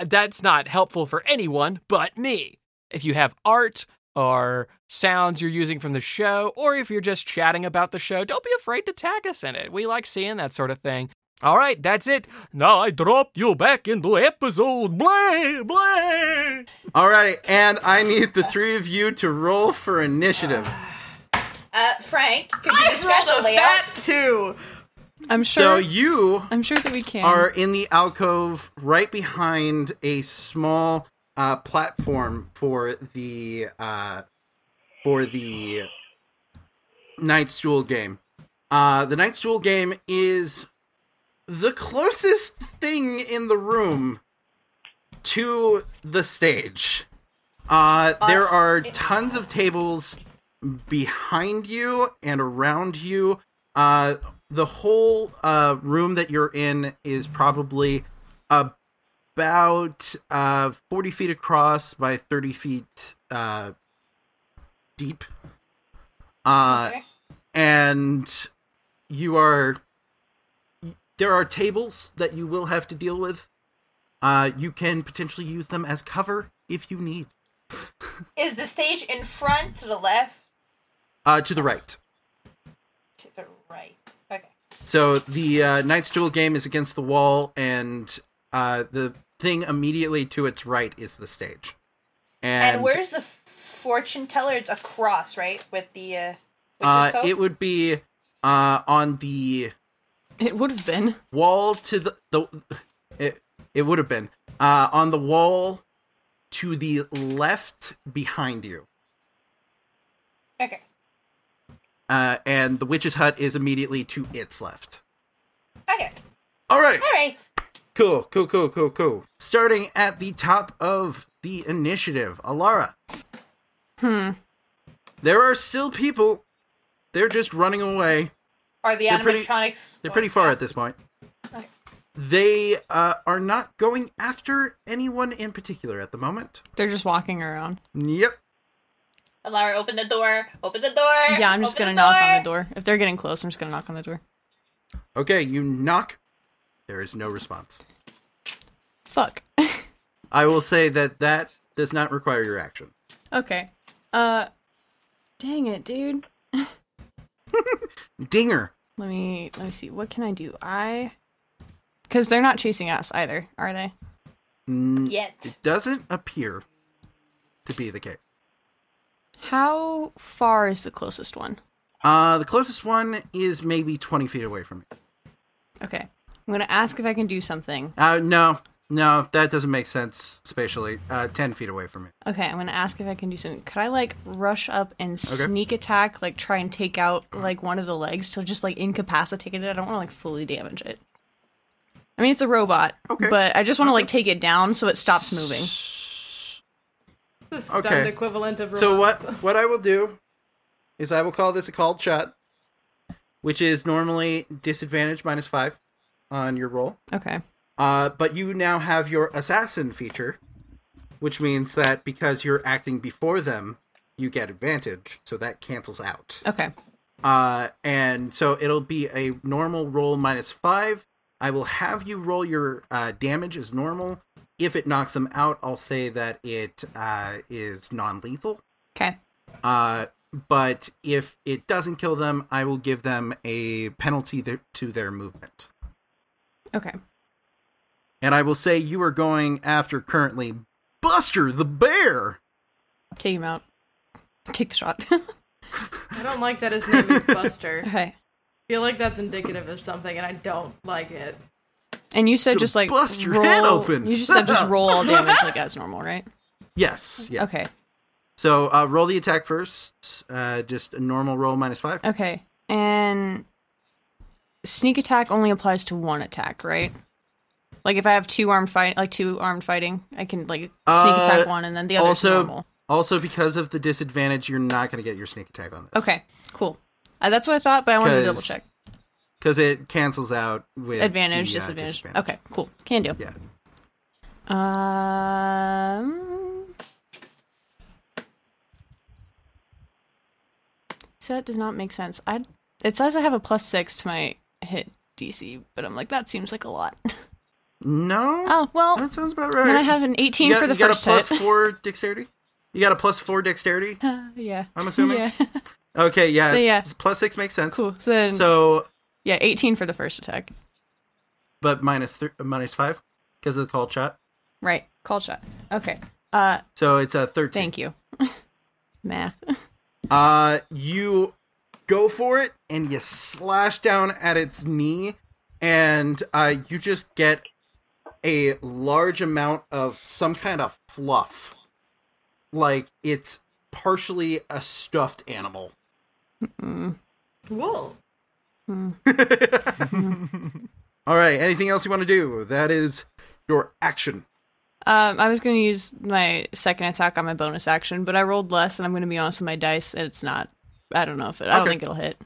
G: That's not helpful for anyone but me. If you have art or sounds you're using from the show, or if you're just chatting about the show, don't be afraid to tag us in it. We like seeing that sort of thing. All right, that's it. Now I drop you back into episode. Blay, blay.
B: All right, and I need the three of you to roll for initiative.
A: Uh, Frank, could you
D: I
A: describe
D: rolled a
A: the layout?
D: fat two.
C: I'm
B: So
C: sure
B: you
C: I'm sure that we can.
B: are in the alcove right behind a small uh, platform for the uh, for the night stool game. Uh, the night stool game is the closest thing in the room to the stage. Uh, there are tons of tables behind you and around you. Uh, the whole uh, room that you're in is probably about uh, 40 feet across by 30 feet uh, deep. Uh, And you are there are tables that you will have to deal with. Uh, you can potentially use them as cover if you need.
A: Is the stage in front, to the left,
B: Uh, to the right.
A: to the right? Okay.
B: So the uh, Knight's Duel game is against the wall, and uh, the thing immediately to its right is the stage. And,
A: And, where's the fortune teller? It's across, right? With the uh, witch's
B: uh,
A: cove?
B: it would be uh, on the
C: It would have been.
B: wall to the the it, it would have been uh, on the wall to the left behind you,
A: Okay.
B: uh, and the witch's hut is immediately to its left.
A: Okay.
B: All right.
A: All right.
B: Cool, cool, cool, cool, cool. Starting at the top of the initiative, Alara.
C: Hmm.
B: There are still people. They're just running away.
A: Are the
B: They're pretty-
A: animatronics?
B: They're pretty far at this point.
A: Okay.
B: They uh, are not going after anyone in particular at the moment.
C: They're just walking around.
B: Yep.
A: Alara, open the door. Open the door.
C: Yeah, I'm just
A: open
C: gonna knock on the door. If they're getting close, I'm just gonna knock on the door.
B: Okay, you knock. There is no response.
C: Fuck.
B: I will say that that does not require your action.
C: okay. Uh, dang it, dude.
B: Dinger.
C: Let me let me see. What can I do? I, because they're not chasing us either, are they?
B: N-
A: Yet.
B: Doesn't appear to be the case.
C: How far is the closest one?
B: Uh, the closest one is maybe 20 feet away from you.
C: Okay. I'm gonna ask if I can do something.
B: Uh, no, no, that doesn't make sense spatially. Uh, 10 feet away from you.
C: Okay, I'm gonna ask if I can do something. Could I like rush up and sneak attack, like try and take out
B: Uh-huh.
C: like one of the legs to just like incapacitate it? I don't want to like fully damage it. I mean, it's a robot,
B: Okay.
C: but I just want to like take it down so it stops moving.
D: The stunned
B: Okay.
D: equivalent of
B: So what
D: robots.
B: what I will do is I will call this a called shot, which is normally disadvantage minus 5 on your roll.
C: Okay.
B: Uh, but you now have your assassin feature, which means that because you're acting before them, you get advantage, so that cancels out.
C: Okay.
B: Uh, and so it'll be a normal roll minus five. I will have you roll your uh, damage as normal. If it knocks them out, I'll say that it uh, is non lethal.
C: Okay.
B: Uh, but if it doesn't kill them, I will give them a penalty th- to their movement.
C: Okay.
B: And I will say you are going after currently Buster the Bear.
C: Take him out. Take the shot.
D: I don't like that his name is Buster. I
C: okay.
D: feel like that's indicative of something, and I don't like it.
C: And you said
B: Gonna
C: just like
B: bust your head
C: roll-
B: open.
C: You just said just roll all damage like as normal, right?
B: Yes. Yeah.
C: Okay.
B: So uh, roll the attack first. Uh, just a normal roll minus five.
C: Okay. And sneak attack only applies to one attack, right? Like if I have two armed fight, like two armed fighting, I can like sneak
B: Uh,
C: attack one, and then the other's
B: also,
C: normal.
B: also because of the disadvantage, you're not going to get your sneak attack on this.
C: Okay, cool. Uh, that's what I thought, but I wanted to
B: 'Cause
C: double check.
B: Because it cancels out with
C: Advantage,
B: the, uh,
C: disadvantage. Okay, cool. Can do.
B: Yeah.
C: Um. So that does not make sense. I it says I have a plus six to my hit DC, but I'm like that seems like a lot.
B: No.
C: oh well,
B: That sounds about right.
C: Then I have an 18
B: you got,
C: for the
B: you got
C: first
B: a plus
C: hit.
B: four dexterity. You got a plus four dexterity.
C: yeah.
B: I'm assuming?
C: Yeah.
B: Okay. Yeah.
C: Yeah.
B: Plus six makes sense.
C: cool. So, then,
B: So,
C: yeah, 18 for the first attack.
B: but minus thr- minus five because of the call shot.
C: Right. Call shot. Okay. Uh,
B: So it's a thirteen.
C: thank you. Math.
B: Uh, you go for it and you slash down at its knee, and uh, you just get a large amount of some kind of fluff. Like it's partially a stuffed animal.
D: Cool.
B: All right, anything else you want to do? That is your action.
C: Um, I was going to use my second attack on my bonus action, but I rolled less, and I'm going to be honest with my dice, and it's not. I don't know if it. I don't
B: Okay. Oh.
C: think it'll hit.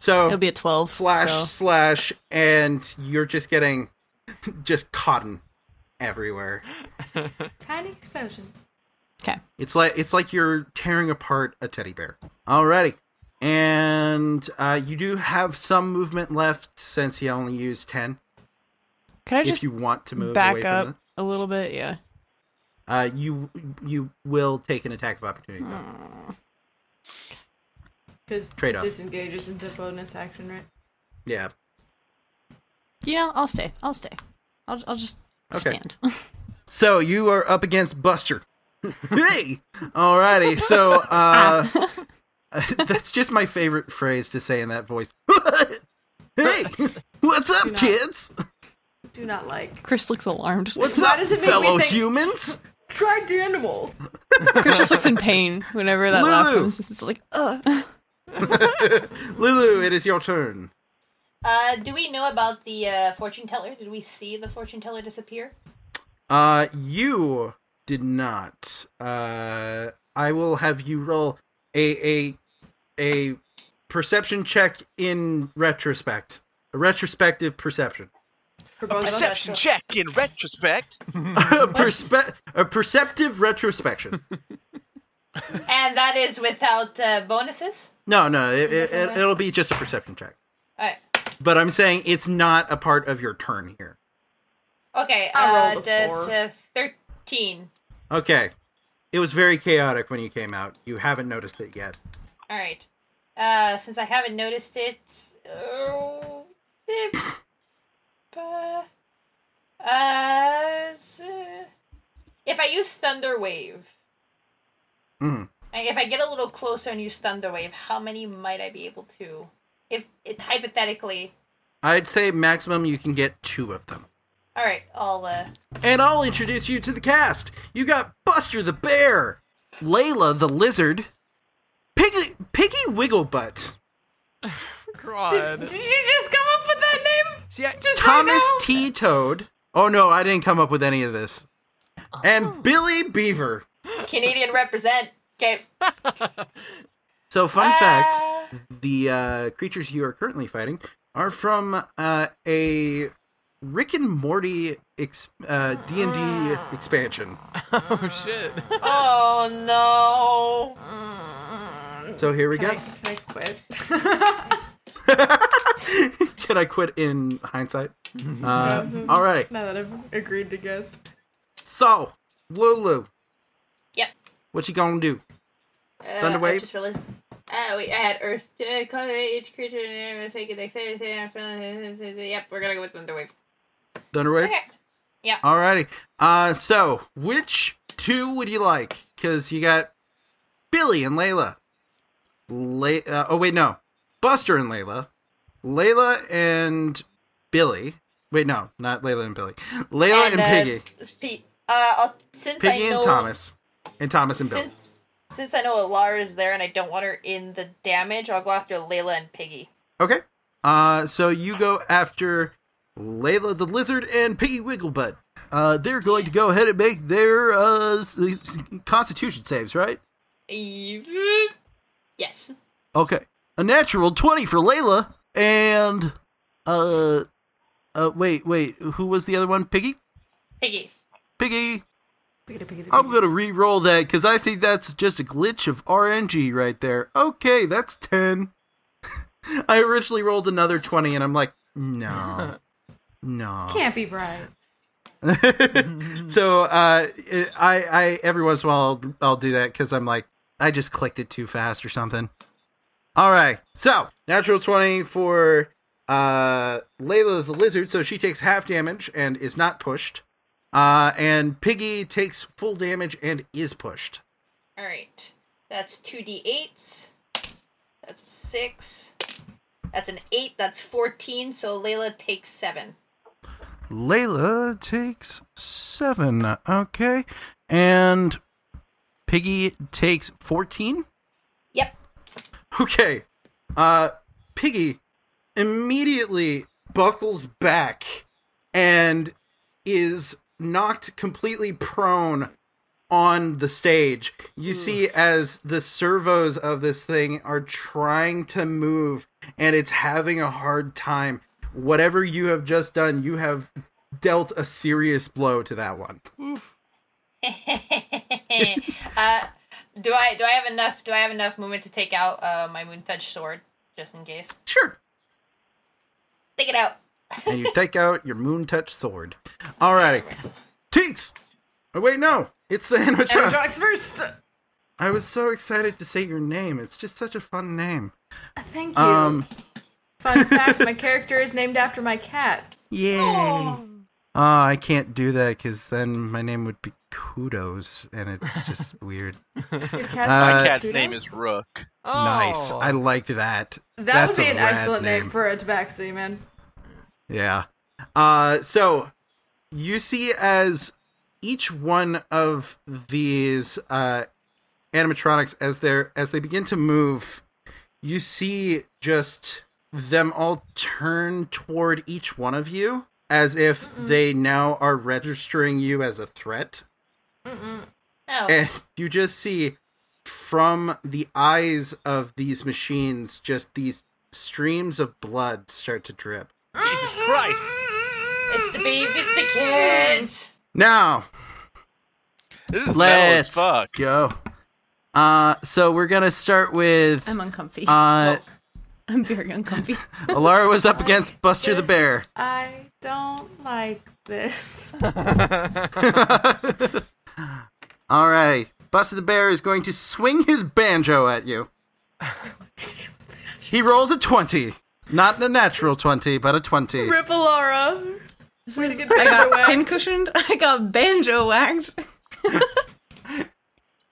B: So
C: It'll be a 12.
B: slash
C: so-
B: slash, and you're just getting just cotton everywhere.
D: Tiny explosions.
C: Okay.
B: It's like it's like you're tearing apart a teddy bear. Alrighty. And uh, you do have some movement left since you only used 10.
C: Can I
B: if
C: just
B: you want to move away
C: back
B: from
C: up
B: it.
C: a little bit? Yeah.
B: Uh, you you will take an attack of opportunity. though.
D: Because
B: Trade-off.
D: disengages into bonus action, right?
B: Yeah.
C: You know, I'll stay. I'll stay. I'll, I'll just
B: Okay.
C: stand.
B: So you are up against Buster. hey! Alrighty, so uh, that's just my favorite phrase to say in that voice. hey! What's up, kids?
D: Do not like.
C: Chris looks alarmed.
B: What's
D: Why
B: up,
D: does it make me
B: fellow
D: think-
B: humans?
D: Tried animals.
C: Chris just looks in pain whenever that laugh
B: Lulu.
C: comes. It's like, ugh.
B: Lulu, it is your turn.
A: Uh, do we know about the uh, fortune teller? Did we see the fortune teller disappear?
B: Uh, you did not. Uh, I will have you roll a a a perception check in retrospect. A retrospective perception.
D: For
F: A
D: both of us.
F: perception check in retrospect.
B: a, perspe- a perceptive retrospection.
A: And that is without uh, bonuses.
B: No, no, it, it, it, it'll be just a perception check.
A: All right.
B: But I'm saying it's not a part of your turn here.
A: Okay.
D: I
A: Uh,
D: rolled a
A: does
D: four.
A: uh, thirteen.
B: Okay. It was very chaotic when you came out. You haven't noticed it yet.
A: All right. Uh, since I haven't noticed it, oh, zip, uh, uh, s- if I use Thunder Wave,
B: Mhm.
A: I- if I get a little closer and use Thunder Wave, how many might I be able to? If it, hypothetically,
B: I'd say maximum you can get two of them.
A: all right, I'll uh,
B: And I'll introduce you to the cast. You got Buster the Bear, Layla the Lizard, Piggy, Piggy Wigglebutt,
G: God.
D: Did you just come up with that name?
G: See, I just
D: Just
B: Thomas
D: right now?
B: T. Toad. Oh no, I didn't come up with any of this. And Billy Beaver.
A: Canadian represent. Okay.
B: So, fun
A: Ah.
B: fact the uh, creatures you are currently fighting are from uh, a Rick and Morty ex- uh, D&D expansion.
G: oh shit.
A: Oh no. Mm.
B: So here we go.
D: Can I, can I quit?
B: Can I quit in hindsight? Uh, all right.
D: now that I've agreed to guest.
B: So, Lulu,
A: Yep.
B: what you gonna do?
A: Uh,
B: Thunder
A: I
B: Wave?
A: just realized. Uh, wait, I had Earth. Uh, cultivate each creature in an area fake dexterity. Yep, we're gonna go with Thunder Wave.
B: Thunderwave?
A: Okay. Yeah.
B: Alrighty. Uh, so, which two would you like? Because you got Billy and Layla. Lay- uh, oh, wait, no. Buster and Layla. Layla and Billy. Wait, no, not Layla and Billy. Layla and,
A: And, uh,
B: Piggy.
A: Pete, uh, I'll, since
B: Piggy
A: I know
B: and Thomas. And Thomas and Billy.
A: since since I know Alara is there and I don't want her in the damage, I'll go after Layla and Piggy.
B: Okay. Uh, so you go after Layla the Lizard and Piggy Wigglebutt. Uh, they're going to go ahead and make their uh, s- s- Constitution saves, right?
A: Yes.
B: Okay. A natural 20 for Layla and uh uh wait, wait, who was the other one? Piggy?
A: Piggy.
B: Piggy.
D: Piggity, piggity,
B: I'm going to re-roll that cuz I think that's just a glitch of RNG right there. Okay, that's 10. I originally rolled another 20 and I'm like, no. No.
D: Can't be right.
B: so uh, I, I every once in a while I'll, I'll do that because I'm like I just clicked it too fast or something. All right, so natural twenty for uh, Layla the lizard, so she takes half damage and is not pushed. Uh, and Piggy takes full damage and is pushed.
A: All right. That's two d8s. That's a six. That's an eight. That's fourteen. So Layla takes seven.
B: Layla takes seven. Okay, and Piggy takes fourteen.
A: Yep.
B: Okay. Uh Piggy immediately buckles back and is knocked completely prone on the stage. You see as the servos of this thing are trying to move and it's having a hard time. Whatever you have just done, you have dealt a serious blow to that one.
A: uh, Do I do I have enough do I have enough movement to take out uh, my moonfetch sword just in case?
B: Sure.
A: Take it out.
B: and you take out your moon touch sword. Alrighty. Teeks! Oh wait, no. It's the animatronics.
D: Animatronics first.
B: I was so excited to say your name. It's just such a fun name.
D: Thank you.
B: Um
D: Fun fact: my character is named after my cat.
B: Yay. Oh, I can't do that because then my name would be Kudos, and it's just weird.
D: cat's
F: My
B: Uh,
F: cat's name is Rook.
B: Nice. I liked that.
D: Oh. That
B: That's
D: would be
B: a
D: an
B: rad
D: excellent name. for a tabaxi man.
B: Yeah. Uh, so you see as each one of these uh, animatronics as they are as they begin to move, you see just them all turn toward each one of you as if they now are registering you as a threat.
A: Mm-mm. Oh.
B: And you just see from the eyes of these machines just these streams of blood start to drip.
G: Jesus Christ.
A: It's the beef, it's the kids.
B: Now,
F: this is
B: let's
F: metal as fuck.
B: go. Uh, so we're gonna start with
C: I'm uncomfy.
B: uh,
C: I'm very uncomfy.
B: Alara was up against Buster the Bear.
D: I don't like this.
B: All right, Buster the Bear is going to swing his banjo at you. He rolls a twenty, not a natural twenty, but a twenty.
D: Rip Alara. Way to get
C: I
D: banjo
C: got
D: whacked.
C: pincushioned. I got banjo whacked.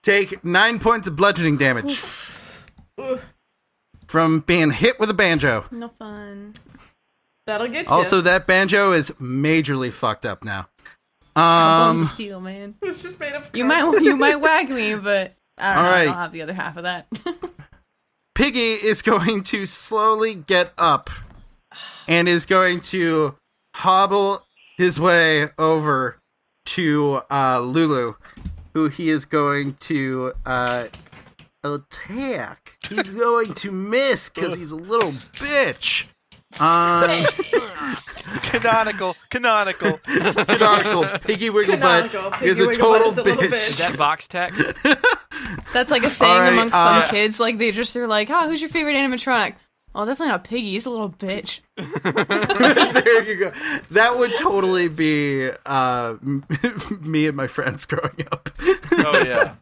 B: Take nine points of bludgeoning damage
D: Ooh,
B: from being hit with a banjo.
C: No fun.
D: That'll get you.
B: Also, that banjo is majorly fucked up now.
C: Um,
B: Um,
C: steel, man.
D: it's just made up.
C: You might you might wag me, but I don't
B: All
C: know.
B: right.
C: I'll have the other half of that.
B: Piggy is going to slowly get up and is going to hobble his way over to uh, Lulu, who he is going to uh, attack. He's going to miss because he's a little bitch. Um,
F: Canonical, canonical.
B: canonical Piggy Wiggle
D: Canonical
B: Butt
D: Piggy
B: is a
D: Wiggle Butt
B: total
D: is a little
B: bitch.
G: Is that box text?
C: That's like a saying
B: All right,
C: amongst
B: uh,
C: some kids. Like they just are like, "Oh, who's your favorite animatronic?" Oh, definitely not Piggy. He's a little bitch.
B: there you go. That would totally be uh, me and my friends growing up.
F: Oh yeah.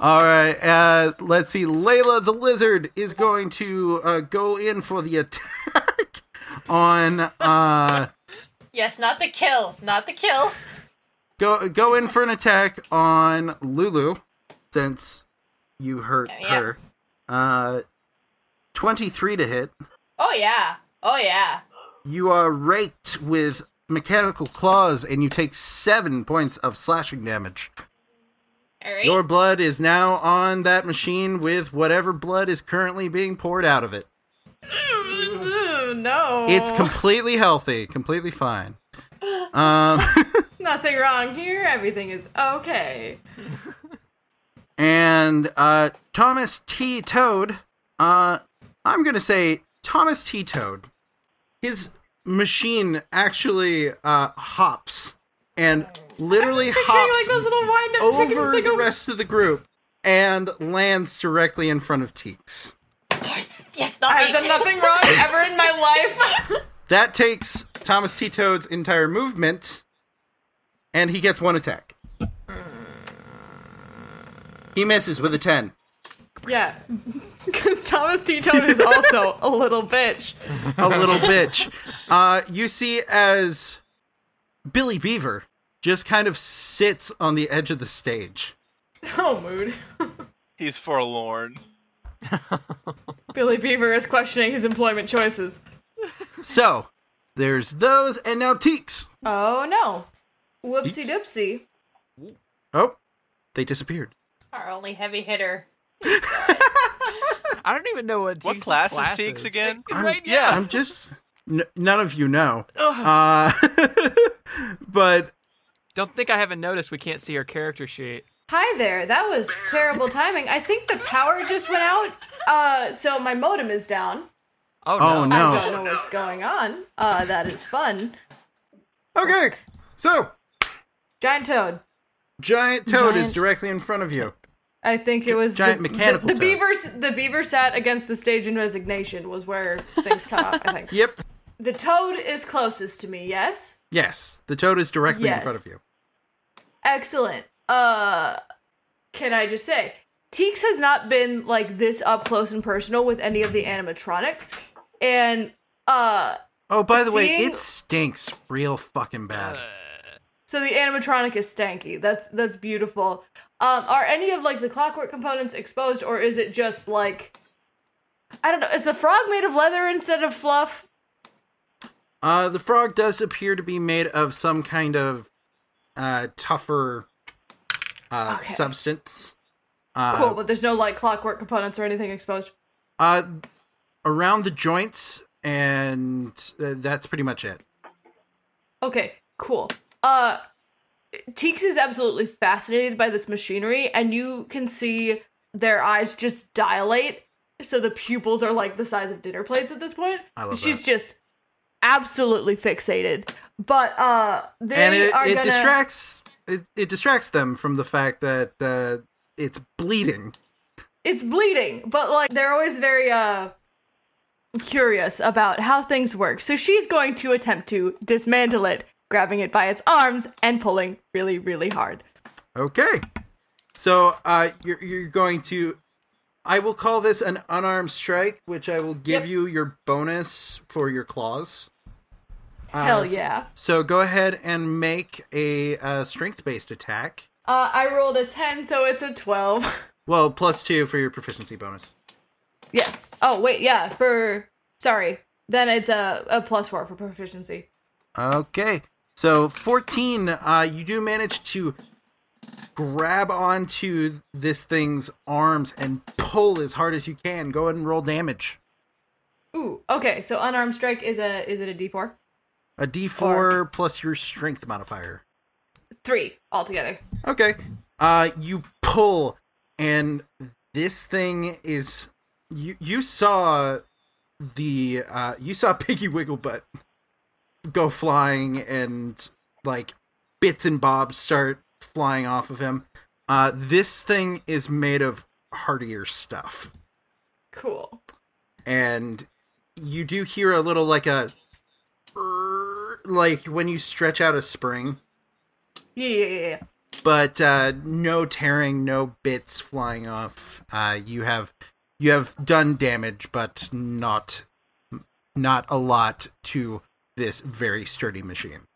B: All right. Uh, let's see. Layla the lizard is going to uh, go in for the attack on uh,
A: Yes, not the kill, not the kill.
B: go go in for an attack on Lulu since you hurt
A: Yeah.
B: her. Uh, Twenty three to hit.
A: Oh yeah, oh yeah.
B: You are raked with mechanical claws, and you take seven points of slashing damage.
A: All right.
B: Your blood is now on that machine with whatever blood is currently being poured out of it.
D: Ooh, Mm-hmm, no.
B: It's completely healthy, completely fine. Um,
D: nothing wrong here. Everything is okay.
B: and uh, Thomas T. Toad, uh, I'm gonna say Thomas T. Toad. His machine actually uh, hops and literally
D: Picturing like
B: hops
D: those little wind up chickens
B: over
D: that
B: the
D: go
B: rest of the group and lands directly in front of Teeks.
A: Yes, not
D: I've
A: me.
D: done nothing wrong ever in my life.
B: That takes Thomas T. Toad's entire movement, and he gets one attack. He misses with a 10.
D: yeah, because Thomas T. Toad is also a little bitch.
B: A little bitch. Uh, you see, as Billy Beaver just kind of sits on the edge of the stage.
D: Oh, mood.
F: He's forlorn.
D: Billy Beaver is questioning his employment choices.
B: So, there's those, and now Teeks.
D: Oh no. Whoopsie doopsie.
B: Oh, they disappeared.
A: Our only heavy hitter.
G: I don't even know what.
F: What
G: Teeks'
F: class is
G: class
F: Teeks
G: is.
F: again?
G: Like, right now.
F: Yeah.
B: I'm just. N- none of you know. Uh, but
G: Don't think I haven't noticed. We can't see her character sheet.
D: Hi there. That was terrible timing. I think the power just went out. Uh, so my modem is down.
G: Oh no.
B: Oh, no.
D: I don't know what's going on. Uh, that is fun.
B: Okay, so
D: Giant toad.
B: giant toad is
C: Giant-
B: directly in front of you.
D: I think it was
B: giant
D: the,
B: mechanical
D: The, the
B: toe.
D: beaver, s- the beaver sat against the stage in resignation was where things cut off. I think
B: Yep.
D: the toad is closest to me. Yes,
B: Yes. The toad is directly
D: Yes.
B: in front of you.
D: excellent. Uh, can I just say, Teeks has not been like this up close and personal with any of the animatronics, and uh,
B: Oh, by the way,
D: Seeing-
B: it stinks real fucking bad.
D: So the animatronic is stanky. That's that's beautiful. Um, are any of like the clockwork components exposed, or is it just like I don't know? Is the frog made of leather instead of fluff?
B: Uh, the frog does appear to be made of some kind of uh, tougher uh,
D: Okay.
B: substance. Uh,
D: cool, but there's no like clockwork components or anything exposed.
B: Uh, around the joints, and uh, that's pretty much it.
D: Okay, cool. Uh, Teeks is absolutely fascinated by this machinery, and you can see their eyes just dilate. So the pupils are like the size of dinner plates at this point.
B: I love
D: She's
B: that.
D: just absolutely fixated. But uh, they
B: and it,
D: are
B: it
D: gonna.
B: distracts it, it distracts them from the fact that uh, it's bleeding.
D: it's bleeding but like they're always very uh curious about how things work so she's going to attempt to dismantle it grabbing it by its arms and pulling really really hard
B: Okay, so uh, you're you're going to. I will call this an unarmed strike, which I will give
D: Yep.
B: you your bonus for your claws. Uh,
D: hell
B: s-
D: yeah
B: So go ahead and make a uh, strength based attack.
D: uh, i rolled a 10 so it's a 12
B: Well, plus two for your proficiency bonus.
D: yes oh wait yeah for sorry then it's a, a plus 4 for proficiency
B: Okay. So 14, uh, you do manage to grab onto this thing's arms and pull as hard as you can. Go ahead and roll damage.
D: ooh okay so unarmed strike is a is it a d4
B: A d4 plus your strength modifier.
D: 3 altogether
B: Okay. Uh, you pull, and this thing is. You, you saw the. Uh, you saw Piggy Wiggle Butt go flying, and like bits and bobs start flying off of him. Uh, this thing is made of hardier stuff,
D: cool
B: and you do hear a little like a. Like when you stretch out a spring.
D: yeah yeah yeah, yeah.
B: but uh, no tearing, no bits flying off. Uh, you have you have done damage, but not not a lot to this very sturdy machine. Oh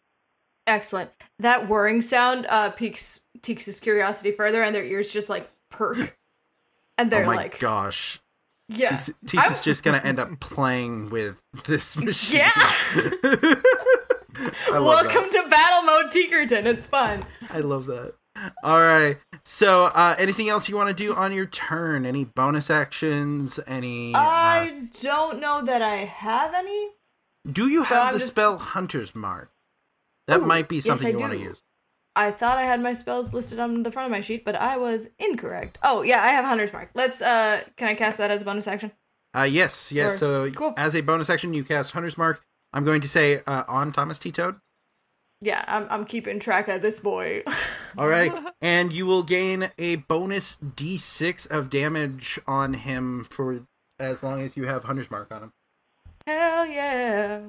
D: Excellent. That whirring sound uh, piques Teeks' curiosity further, and their ears just like perk, and they're
B: oh my
D: like,
B: gosh!
D: "Yeah,
B: Tease
D: I'm-
B: is just gonna end up playing with this machine.
D: yeah."
B: I love
D: Welcome
B: That.
D: to battle mode, Teekerton. It's fun.
B: I love that. All right. So, uh, anything else you want to do on your turn? Any bonus actions? Any? uh,
D: I don't know that I have any.
B: Do you
D: So
B: have
D: I'm
B: the
D: just-
B: spell Hunter's Mark? That
D: Ooh,
B: might be
D: yes,
B: something
D: I
B: you want to
D: do.
B: use.
D: I thought I had my spells listed on the front of my sheet, but I was incorrect. Oh yeah, I have Hunter's Mark. Let's. uh Can I cast that as a bonus action?
B: Uh, yes, yes.
D: Sure.
B: So
D: Cool.
B: as a bonus action, you cast Hunter's Mark. I'm going to say uh, on Thomas T. Toad.
D: Yeah, I'm. I'm keeping track of this boy.
B: All right, and you will gain a bonus D6 of damage on him for as long as you have Hunter's Mark on him.
D: Hell yeah.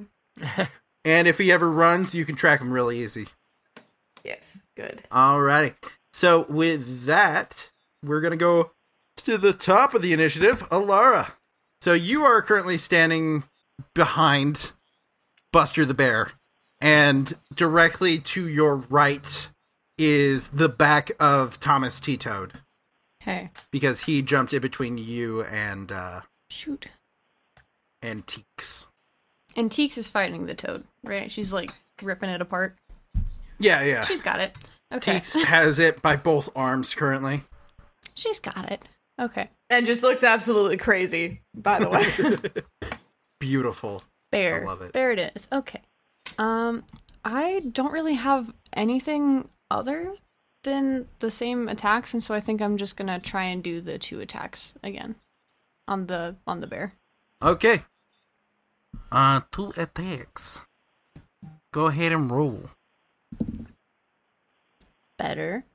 B: And if he ever runs, you can track him really easy.
D: Yes. Good.
B: Alrighty. So with that, we're gonna go to the top of the initiative, Alara. So you are currently standing behind Buster the Bear, and directly to your right is the back of Thomas T Toad
C: Hey,
B: because he jumped in between you and uh,
C: shoot.
B: Antiques.
C: And Teeks is fighting the toad, right? She's like ripping it apart.
B: Yeah, yeah.
C: She's got it. Okay.
B: Antiques has it by both arms currently.
C: She's got it. Okay.
D: and just looks absolutely crazy. By the way,
B: Beautiful.
C: Bear.
B: I love it.
C: Bear it is. Okay. Um, I don't really have anything other than the same attacks, and so I think I'm just gonna try and do the two attacks again on the on the bear.
B: Okay. Uh, two attacks. Go ahead and roll.
C: Better.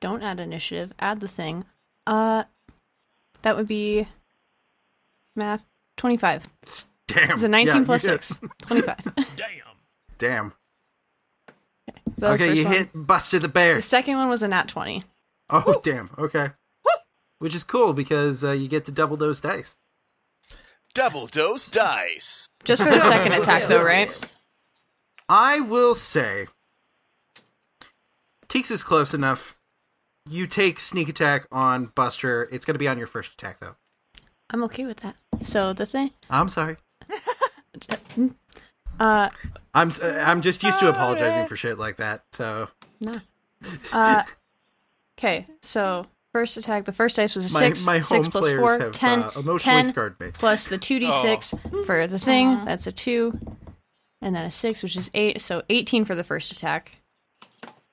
C: Don't add initiative. Add the thing. Uh, that would be math twenty-five.
B: Damn.
C: It's a nineteen
B: Yeah,
C: plus
B: you did.
C: six. Twenty-five.
B: Damn.
C: That was
B: okay,
C: first
B: you
C: one.
B: hit Buster the Bear.
C: The second one was a nat twenty.
B: Oh, damn. Okay. Which is cool because uh, you get to double those dice.
F: Double dose dice.
C: Just for the second attack, though, right?
B: I will say, Teeks is close enough. You take sneak attack on Buster. It's going to be on your first attack, though.
C: I'm okay with that. So the thing.
B: I'm sorry.
C: Uh,
B: I'm s- I'm just used to apologizing for shit like that. So
C: Nah. Uh, okay, so first attack. The first dice was a
B: My-
C: six.
B: my
C: six
B: home
C: plus
B: players
C: four.
B: have,
C: ten.
B: uh, emotionally
C: ten
B: scarred me.
C: plus the two d six for the thing. That's a two, and then a six, which is eight. So eighteen for the first attack.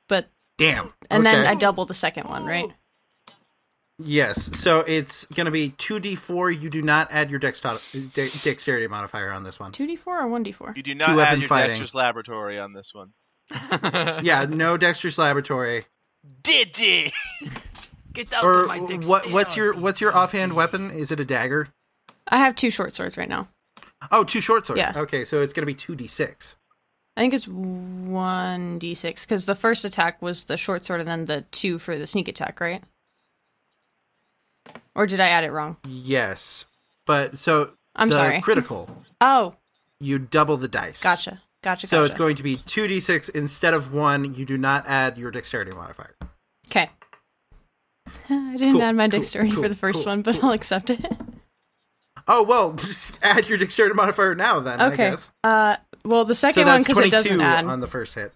C: But
B: damn.
C: and then
B: Okay.
C: I double the second one, right?
B: Yes. So it's going to be 2d4. You do not add your dexto- de- dexterity modifier on this one.
C: Two d four or one d four?
F: You do not
B: Two-weapon
F: add your
B: fighting.
F: dexterous laboratory on this one.
B: yeah, no dexterous laboratory.
F: Did it?
G: Get out
B: or
G: of my dick.
B: what what's your what's your offhand weapon? Is it a dagger?
C: I have two short swords right now.
B: Oh, two short swords.
C: Yeah.
B: Okay, so it's going to be 2d6.
C: I think it's one d six because the first attack was the short sword, and then the two for the sneak attack, right? Or did I add it wrong?
B: Yes. But so
C: I'm
B: the
C: sorry.
B: critical,
C: Oh,
B: you double the dice.
C: gotcha, gotcha.
B: So it's
C: gotcha.
B: going to be 2d6 instead of 1. You do not add your dexterity modifier.
C: Okay. I didn't
B: Cool,
C: add my
B: cool,
C: dexterity
B: cool,
C: for the first
B: cool,
C: one, but I'll accept it.
B: Oh, well, add your dexterity modifier now then, I
C: okay.
B: guess.
C: Uh, well, the second
B: so
C: one
B: that's
C: because it doesn't
B: 22
C: add
B: on the first hit.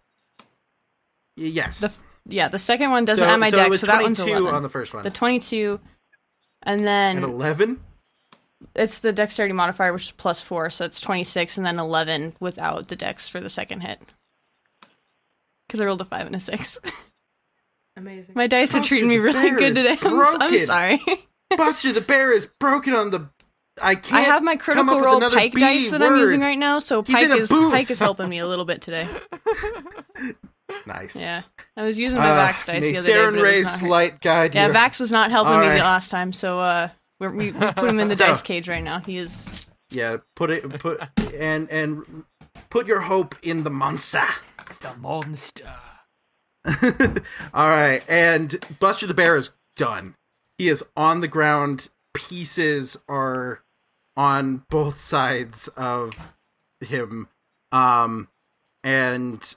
B: Y- Yes.
C: the f- yeah the second one doesn't
B: So-
C: add my
B: so it
C: dex,
B: was
C: so that one's
B: 22
C: eleven
B: on the first one.
C: The twenty two, and then
B: and 11?
C: it's the dexterity modifier, which is plus four, so it's twenty six, and then eleven without the dex for the second hit. Because I rolled a five and a six.
D: Amazing.
C: my dice are
B: Buster
C: treating me
B: the
C: really
B: Bear
C: good
B: is
C: today. I'm, s- I'm
B: broken.
C: sorry.
B: Buster the Bear is broken on the. I can't.
C: I have my
B: come up
C: critical
B: with
C: roll
B: another
C: pike
B: B
C: dice that I'm using
B: word.
C: right now, so
B: He's
C: pike
B: in a
C: is
B: booth.
C: pike is helping me a little bit today.
B: Nice.
C: Yeah, I was using my
B: Ah,
C: Vax dice
B: may
C: the other day.
B: Saren
C: But it was
B: Ray's
C: not her-
B: light guide.
C: yeah,
B: you.
C: Vax was not helping
B: All
C: me
B: right.
C: the last time, so uh, we're, we we put him in the
B: So-
C: dice cage right now. He is
B: Yeah, put it put and and put your hope in the monster.
G: The monster.
B: All right, and Buster the Bear is done. He is on the ground. Pieces are on both sides of him, um, and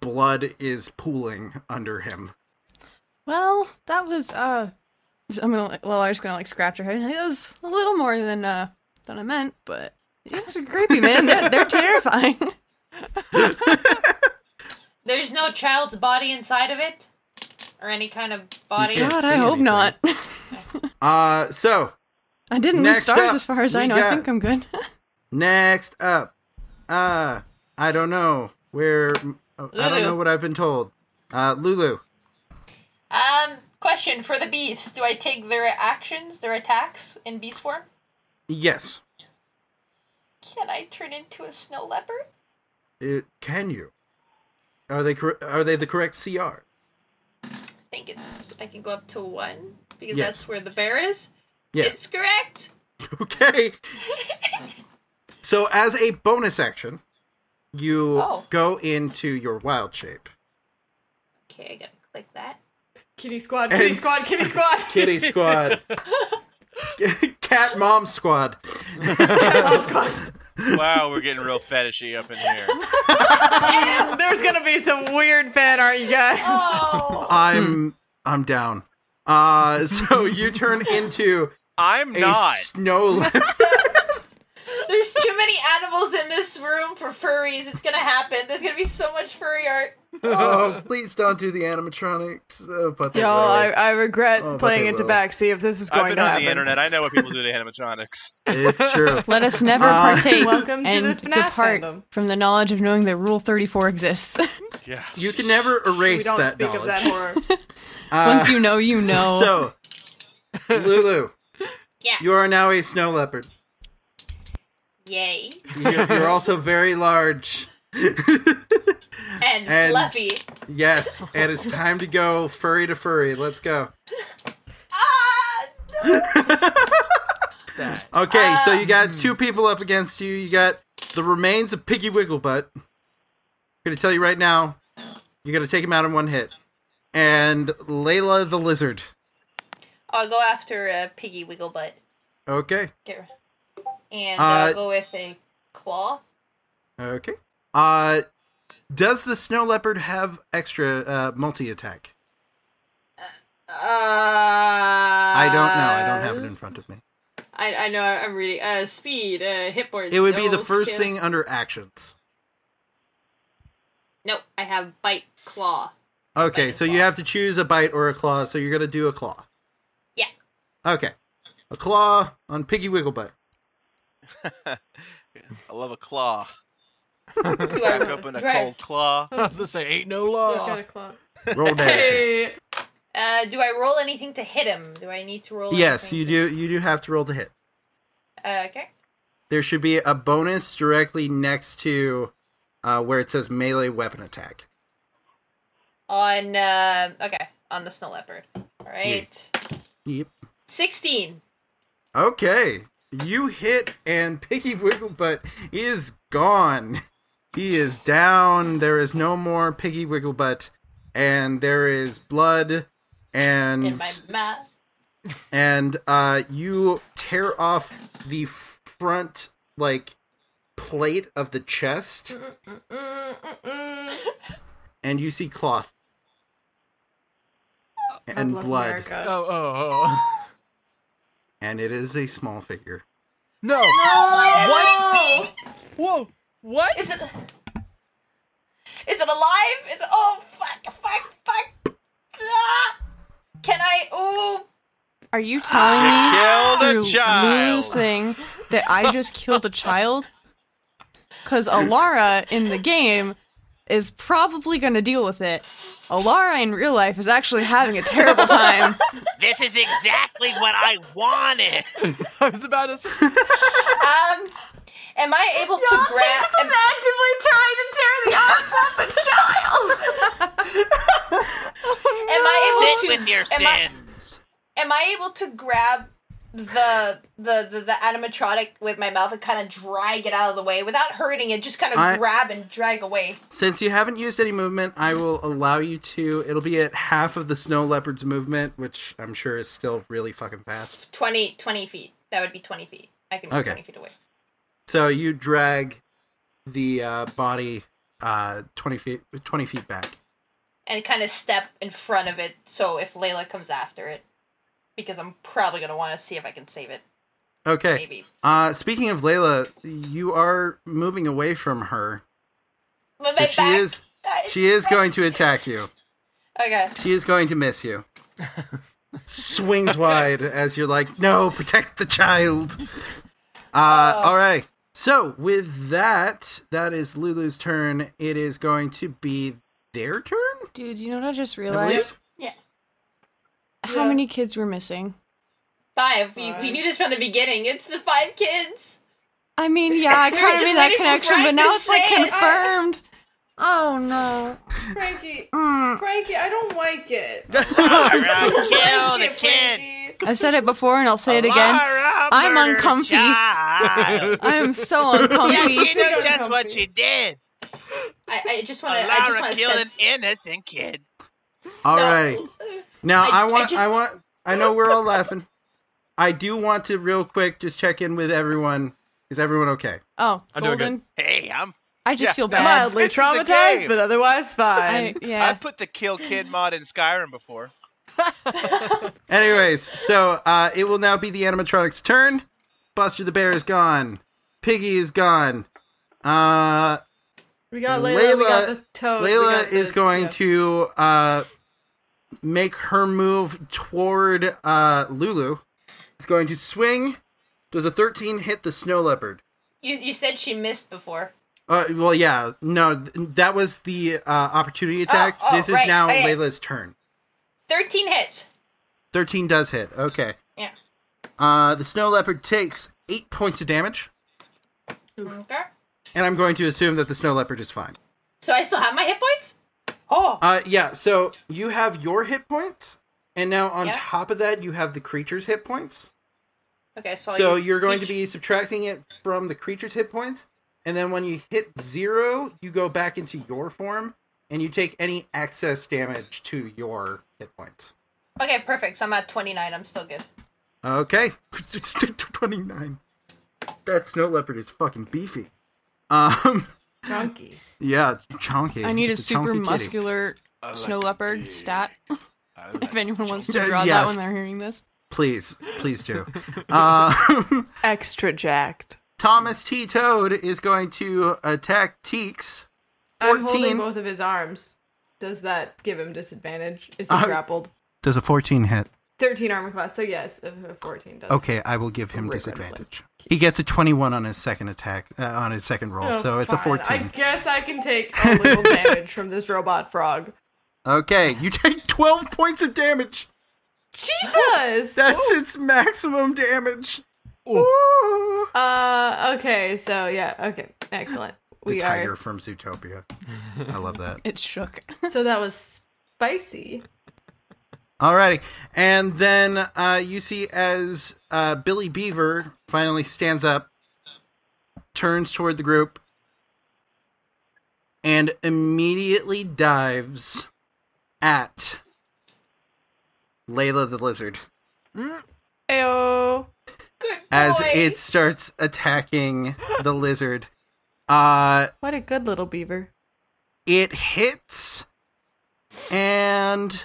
B: blood is pooling under him.
C: well. That was uh, I'm gonna like- well, I'm just gonna like scratch her head. It was a little more than uh than I meant, but these are creepy, man. They're, they're terrifying.
A: There's no child's body inside of it? Or any kind of body?
B: Yeah.
C: God,
B: see
C: I hope
B: anything.
C: not.
B: Uh, so
C: I didn't
B: Next
C: lose stars
B: up,
C: as far as I
B: we
C: know.
B: got-
C: I think I'm good.
B: Next up, uh, I don't know where. I don't
A: Lulu.
B: know what I've been told. Uh, Lulu.
A: Um, question for the beast. Do I take their actions, their attacks in beast form?
B: Yes.
A: Can I turn into a snow leopard?
B: It, Uh, can you? Are they cor- are they the correct CR?
A: I think it's I can go up to one because
B: Yes.
A: that's where the bear is.
B: Yeah.
A: It's correct.
B: Okay. so as a bonus action, you
A: Oh.
B: go into your wild shape.
A: Okay, I gotta click that.
D: Kitty squad, kitty
B: And-
D: squad, kitty squad.
B: Kitty squad. Cat mom squad.
F: Wow, we're getting real fetishy up in here.
D: There's gonna be some weird fan art, you guys.
A: Oh,
D: Hmm.
B: I'm I'm down. Uh so you turn into
F: I'm
B: a
F: not.
B: snow leopard.
A: there's too many animals in this room for furries. It's gonna happen. There's gonna be so much furry art.
B: oh, please don't do the animatronics. Oh, but they
D: Y'all, I,
B: will.
D: I regret
B: Oh, but
D: playing
B: they
D: into
B: will.
D: back. See if this is going
F: I've been
D: to
F: on
D: happen.
F: the internet. I know what people do to animatronics.
B: it's true.
C: Let us never
B: Uh,
C: partake
D: Welcome to the
C: and
D: FNAF
C: depart
D: fandom.
C: from the knowledge of knowing that Rule 34
D: Uh,
C: exists.
F: Yeah.
B: You can never
D: We
B: erase
D: don't
B: that
D: speak
B: knowledge.
D: of that horror.
C: Once you know, you know.
B: So, Lulu,
A: Yeah.
B: you are now a snow leopard.
A: Yay.
B: You're, you're also very large.
A: and,
B: And-
A: fluffy.
B: Yes, and it's time to go furry to furry. Let's go.
A: Ah!
B: Okay, so you
A: Um.
B: got two people up against you. You got the remains of Piggy Wigglebutt. I'm gonna tell you right now, you're gonna take him out in one hit. And Layla the lizard.
A: I'll go after uh, Piggy Wigglebutt.
B: Okay.
A: Get rid- and
B: Uh,
A: I'll go with a claw.
B: Okay. Uh does the snow leopard have extra uh multi attack?
A: Uh, I
B: I don't know. I don't have it in front of me.
A: I, I know. I'm reading. Uh, speed. Uh, hit points.
B: It would be
A: no
B: the first
A: skill.
B: thing under actions.
A: Nope. I have bite claw.
B: Okay, so you have to choose a bite or a claw, so you're gonna do a claw.
A: Yeah.
B: Okay. A claw on Piggy Wigglebutt.
F: I love a claw.
A: Do
F: Crack open a
A: do I-
F: cold claw.
G: I was gonna say, ain't no
D: Got
G: law.
D: a clock.
B: Roll damage.
D: Hey.
A: Uh, do I roll anything to hit him? Do I need to roll?
B: yes,
A: anything
B: you
A: to-
B: do you do have to roll the hit.
A: Uh, okay.
B: There should be a bonus directly next to uh, where it says melee weapon attack.
A: On uh, okay, on the snow leopard. All right.
B: Yep.
A: Sixteen.
B: Okay. You hit and Piggy Wigglebutt is gone. He is down. There is no more Piggy Wigglebutt. And there is blood and
A: In my mouth.
B: and uh, you tear off the front like plate of the chest, and you see cloth and
D: Bless
B: blood,
D: America.
G: Oh, oh, oh.
B: and it is a small figure.
G: No.
A: What?
G: Whoa. What?
A: Is it? Is it alive? Is it? Oh fuck! Fuck! Fuck! Ah! Can I? Oh,
C: Are you telling me
F: Kill
D: uh,
C: through
F: the child.
C: Lulu's thing that I just killed a child? Because Alara in the game is probably going to deal with it. Alara in real life is actually having a terrible time.
F: This is exactly what I wanted.
G: I was about to say.
A: um, am I able to grab? am-
D: actively trying to tear the arms off the child.
A: Am I able to?
F: your
A: am I- Am I able to grab the the the, the animatronic with my mouth and kind of drag it out of the way without hurting it? Just kind of
B: I-
A: grab and drag away.
B: Since you haven't used any movement, I will allow you to. It'll be at half of the snow leopard's movement, which I'm sure is still really fucking fast.
A: 20, 20 feet. That would be twenty feet. I can move
B: Okay.
A: twenty feet away.
B: So you drag the uh, body uh, twenty feet twenty feet back.
A: and kind of step in front of it so if Layla comes after it. Because I'm probably going to want to see if I can save it.
B: Okay.
A: Maybe.
B: Uh, speaking of Layla, you are moving away from her.
A: But
B: So
A: my
B: she
A: back.
B: is she is going to attack you.
A: Okay.
B: She is going to miss you. Swings wide as you're like, no, protect the child. Uh,
A: Oh.
B: All right. So with that, that is Lulu's turn. It is going to be their turn.
C: Dude, you know what I just
B: I
C: realized?
B: believe?
C: How many kids were missing?
A: Five. We, we knew this from the beginning. It's the five kids.
C: I mean, yeah, I
A: We were
C: kind of
A: just
C: made that
A: waiting for
C: connection, but
A: Frank to
C: now it's like
A: say it.
C: confirmed. Oh no.
D: Frankie,
C: Mm.
D: Frankie, I don't like it.
F: Kill the
D: Frankie,
F: kid.
D: Frankie.
C: I've said it before and I'll say it again.
F: Laura
C: I'm
F: murdered
C: uncomfy.
F: child.
C: I am so
F: yeah,
C: uncomfy.
F: she knows just what she did.
A: I, I just want to. I just
F: Laura
A: want to
F: killed
A: sense.
F: an innocent kid.
B: All
A: No.
B: right. Now
A: I-
B: I,
A: I
B: want I,
A: just-
B: want I know we're all laughing. I do want to real quick just check in with everyone. Is everyone okay?
C: Oh,
G: I'm doing good.
C: Golden.
F: Hey, I'm.
C: I just
F: Yeah.
C: feel bad.
D: Mildly
F: This is a
D: traumatized,
F: game.
D: but otherwise fine.
C: I, yeah.
F: I put the kill kid mod in Skyrim before.
B: Anyways, so uh, it will now be the animatronic's turn. Buster the Bear is gone. Piggy is gone. Uh,
D: we got Layla, we got
B: Layla-
D: the toad. Oh, we
B: Layla
D: got the-
B: is going
D: yeah.
B: to uh, make her move toward uh, Lulu. It's going to swing. Does a 13 hit the snow leopard?
A: You, you said she missed before.
B: Uh, well, yeah. No, th- that was the uh, opportunity attack.
A: oh,
B: this is
A: right,
B: now
A: okay.
B: Layla's turn.
A: 13 hits.
B: 13 does hit. Okay.
A: Yeah.
B: Uh, the snow leopard takes 8 points of damage.
A: Okay.
B: and I'm going to assume that the snow leopard is fine.
A: So I still have my hit points? Oh.
B: Uh, yeah. So you have your hit points, and now on top of that, you have the creature's hit points.
A: Okay, so,
B: so
A: I use
B: you're going to
A: each-
B: be subtracting it from the creature's hit points, and then when you hit zero, you go back into your form, and you take any excess damage to your hit points.
A: Okay, perfect. So I'm at 29. I'm still good.
B: Okay, it's twenty nine. That snow leopard is fucking beefy. Um,
D: Chunky.
B: yeah, chunky.
C: I need a
B: It's
C: super
B: chunky kitty.
C: muscular snow leopard stat. if anyone wants to
B: Yeah,
C: draw that when
B: yes.
C: they're hearing this.
B: Please, please do. um,
D: Extra jacked.
B: Thomas T. Toad is going to attack Teeks.
D: I'm holding
B: 14.
D: both of his arms. Does that give him disadvantage? Is he
B: Uh,
D: grappled?
B: Does a 14 hit?
D: 13 armor class, so yes, uh, 14 does.
B: Okay, I will give him
D: Right, right,
B: disadvantage. He gets a 21 on his second attack, uh, on his second roll,
D: Oh,
B: so it's a
D: fine.
B: 14.
D: I guess I can take a little damage from this robot frog.
B: Okay, you take 12 points of damage.
D: Jesus!
B: That's its maximum damage.
D: Uh, okay, so yeah, okay, excellent.
B: The
D: We
B: tiger
D: are.
B: from Zootopia. I love that.
C: It shook.
D: So that was spicy.
B: Alrighty. And then uh, you see as uh, Billy Beaver finally stands up, turns toward the group, and immediately dives at Layla the lizard
D: Ayo.
B: as
D: Boy.
B: it starts attacking the lizard. Uh,
D: What a good little beaver.
B: it hits and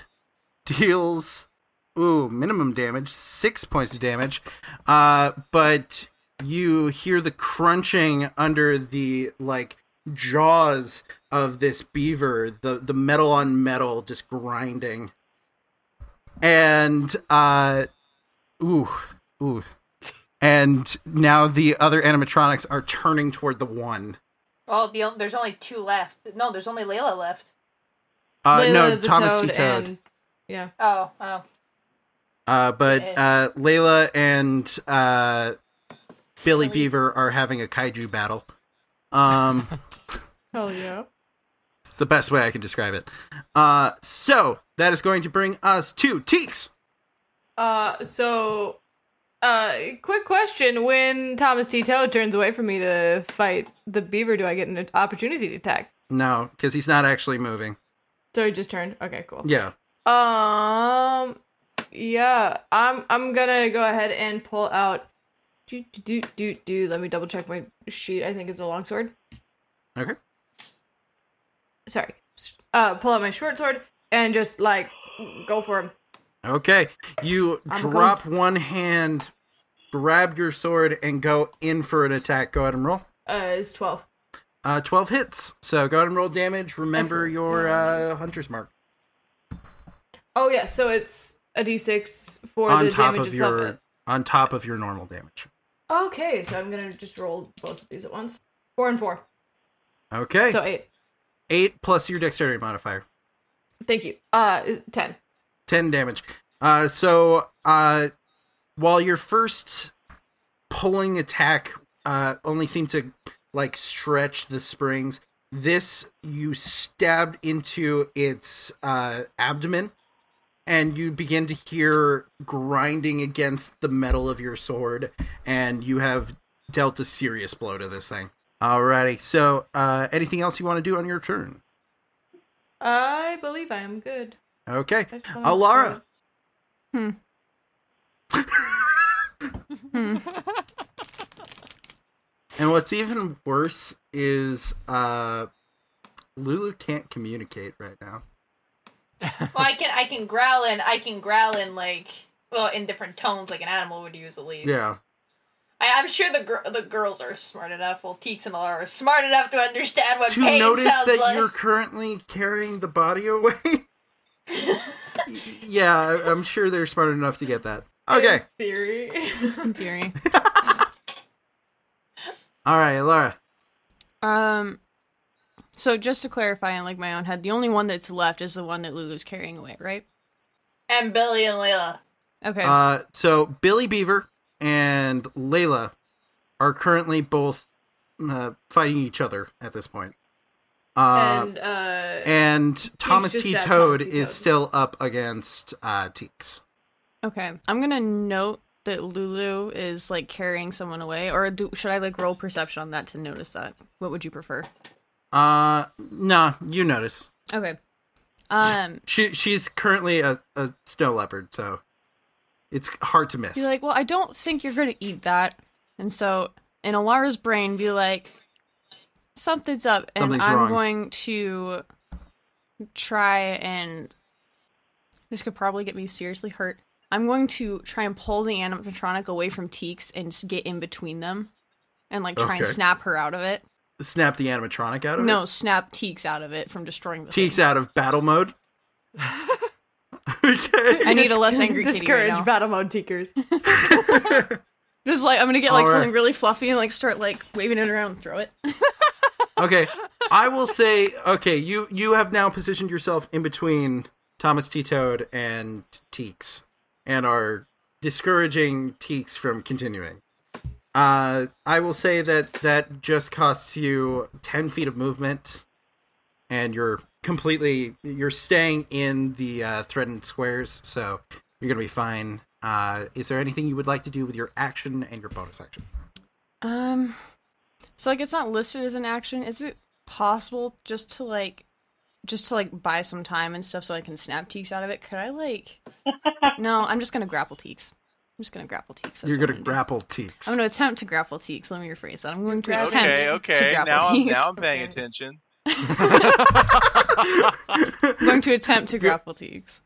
B: deals ooh minimum damage six points of damage uh but you hear the crunching under the like jaws of this beaver the the metal on metal just grinding and uh ooh ooh and now the other animatronics are turning toward the one
A: Well, the, on- there's only two left. No, there's only Layla left.
B: uh no
D: Layla the
B: thomas t
D: Toad
B: toad
D: and- yeah.
A: Oh, oh.
B: Uh, but
A: Eh.
B: uh, Layla and uh, Billy Beaver are having a kaiju battle. Um,
D: Hell yeah.
B: it's the best way I can describe it. Uh, so that is going to bring us to Teeks.
D: Uh, so, uh, quick question: When Thomas T. Toad turns away from me to fight the beaver, do I get an opportunity attack?
B: No, because he's not actually moving.
D: So he just turned. Okay, cool.
B: Yeah.
D: Um. Yeah. I'm. I'm gonna go ahead and pull out. Do do do do do. Let me double check my sheet. I think it's a longsword.
B: Okay.
D: Sorry. S- Uh, pull out my short sword and just like go for him.
B: Okay. You
D: I'm going-
B: drop one hand, grab your sword, and go in for an attack. Go ahead and roll.
D: Uh, it's twelve.
B: Uh, 12 hits. So go ahead and roll damage. Remember your uh, hunter's mark.
D: Oh yeah. So it's a d6 for
B: on
D: the
B: top
D: damage
B: of
D: itself. uh,
B: your on top of your normal damage.
D: Okay, so I'm gonna just roll both of these at once. Four and four.
B: Okay.
D: So eight.
B: eight plus your dexterity modifier
D: Thank you. Uh, ten.
B: 10 damage uh so uh while your first pulling attack uh only seemed to like stretch the springs this you stabbed into its uh abdomen and you begin to hear grinding against the metal of your sword and you have dealt a serious blow to this thing alrighty so uh anything else you want to do on your turn
D: I believe I am good.
B: okay
D: I just wanted to
B: alara
C: Hmm. hmm.
B: And what's even worse is uh Lulu can't communicate right now.
A: Well, I can I can growl in I can growl in like well in different tones like an animal would usually.
B: Yeah.
A: I, I'm sure the gr- the girls are smart enough. Well, Teeks and Alara are smart enough to understand what
B: To
A: pain
B: notice
A: sounds
B: that
A: like.
B: you're currently carrying the body away. yeah, I- I'm sure they're smart enough to get that. Okay.
D: Theory.
C: Deary.
B: All right, Laura.
C: Um, so just to clarify in like my own head, the only one that's left is the one that Lulu's carrying away, right?
A: And Billy and Layla.
C: Okay.
B: Uh, so Billy Beaver and Layla are currently both uh, fighting each other at this point. Uh,
D: and uh,
B: and Thomas
D: just
B: T.
D: stabbed
B: Toad
D: Thomas T.
B: is
D: Toad.
B: still up against uh, Teeks.
C: Okay, I'm gonna note that Lulu is like carrying someone away, or do, should I like roll perception on that to notice that? What would you prefer?
B: Uh, nah, you notice
C: Okay. Um,
B: she she's currently a, a snow leopard, so it's hard to miss.
C: be like, well, I don't think you're gonna eat that, and so in Alara's brain, be like, something's up, and
B: Something's
C: I'm
B: wrong.
C: going to try and this could probably get me seriously hurt. I'm going to try and pull the animatronic away from Teeks and just get in between them, and like try and
B: Okay.
C: snap her out of it.
B: Snap the animatronic out of
C: No,
B: it.
C: snap Teeks out of it from destroying the
B: Teeks out of battle mode.
C: thing. I need a less angry kitty
D: discourage
C: right now.
D: battle mode takers.
C: Just like I'm gonna get like
B: All right.
C: something really fluffy and like start like waving it around and throw it.
B: Okay, I will say. Okay, you you have now positioned yourself in between Thomas T. Toad and Teeks, and are discouraging Teeks from continuing. Uh, I will say that that just costs you ten feet of movement, and you're completely you're staying in the uh, threatened squares, so you're gonna be fine. Uh, is there anything you would like to do with your action and your bonus action?
C: Um, so like it's not listed as an action. Is it possible just to like, just to like buy some time and stuff so I can snap Teeks out of it? Could I like? no, I'm just gonna grapple Teeks. I'm just gonna grapple Teeks. That's
B: You're
C: what
B: gonna
C: I'm
B: grapple Teeks.
C: do. I'm gonna attempt to grapple Teeks. Let me rephrase that. I'm going to attempt
F: Okay,
C: to
F: okay.
C: grapple
F: Now I'm,
C: Teeks.
F: now I'm paying attention.
C: I'm going to attempt to grapple Teeks.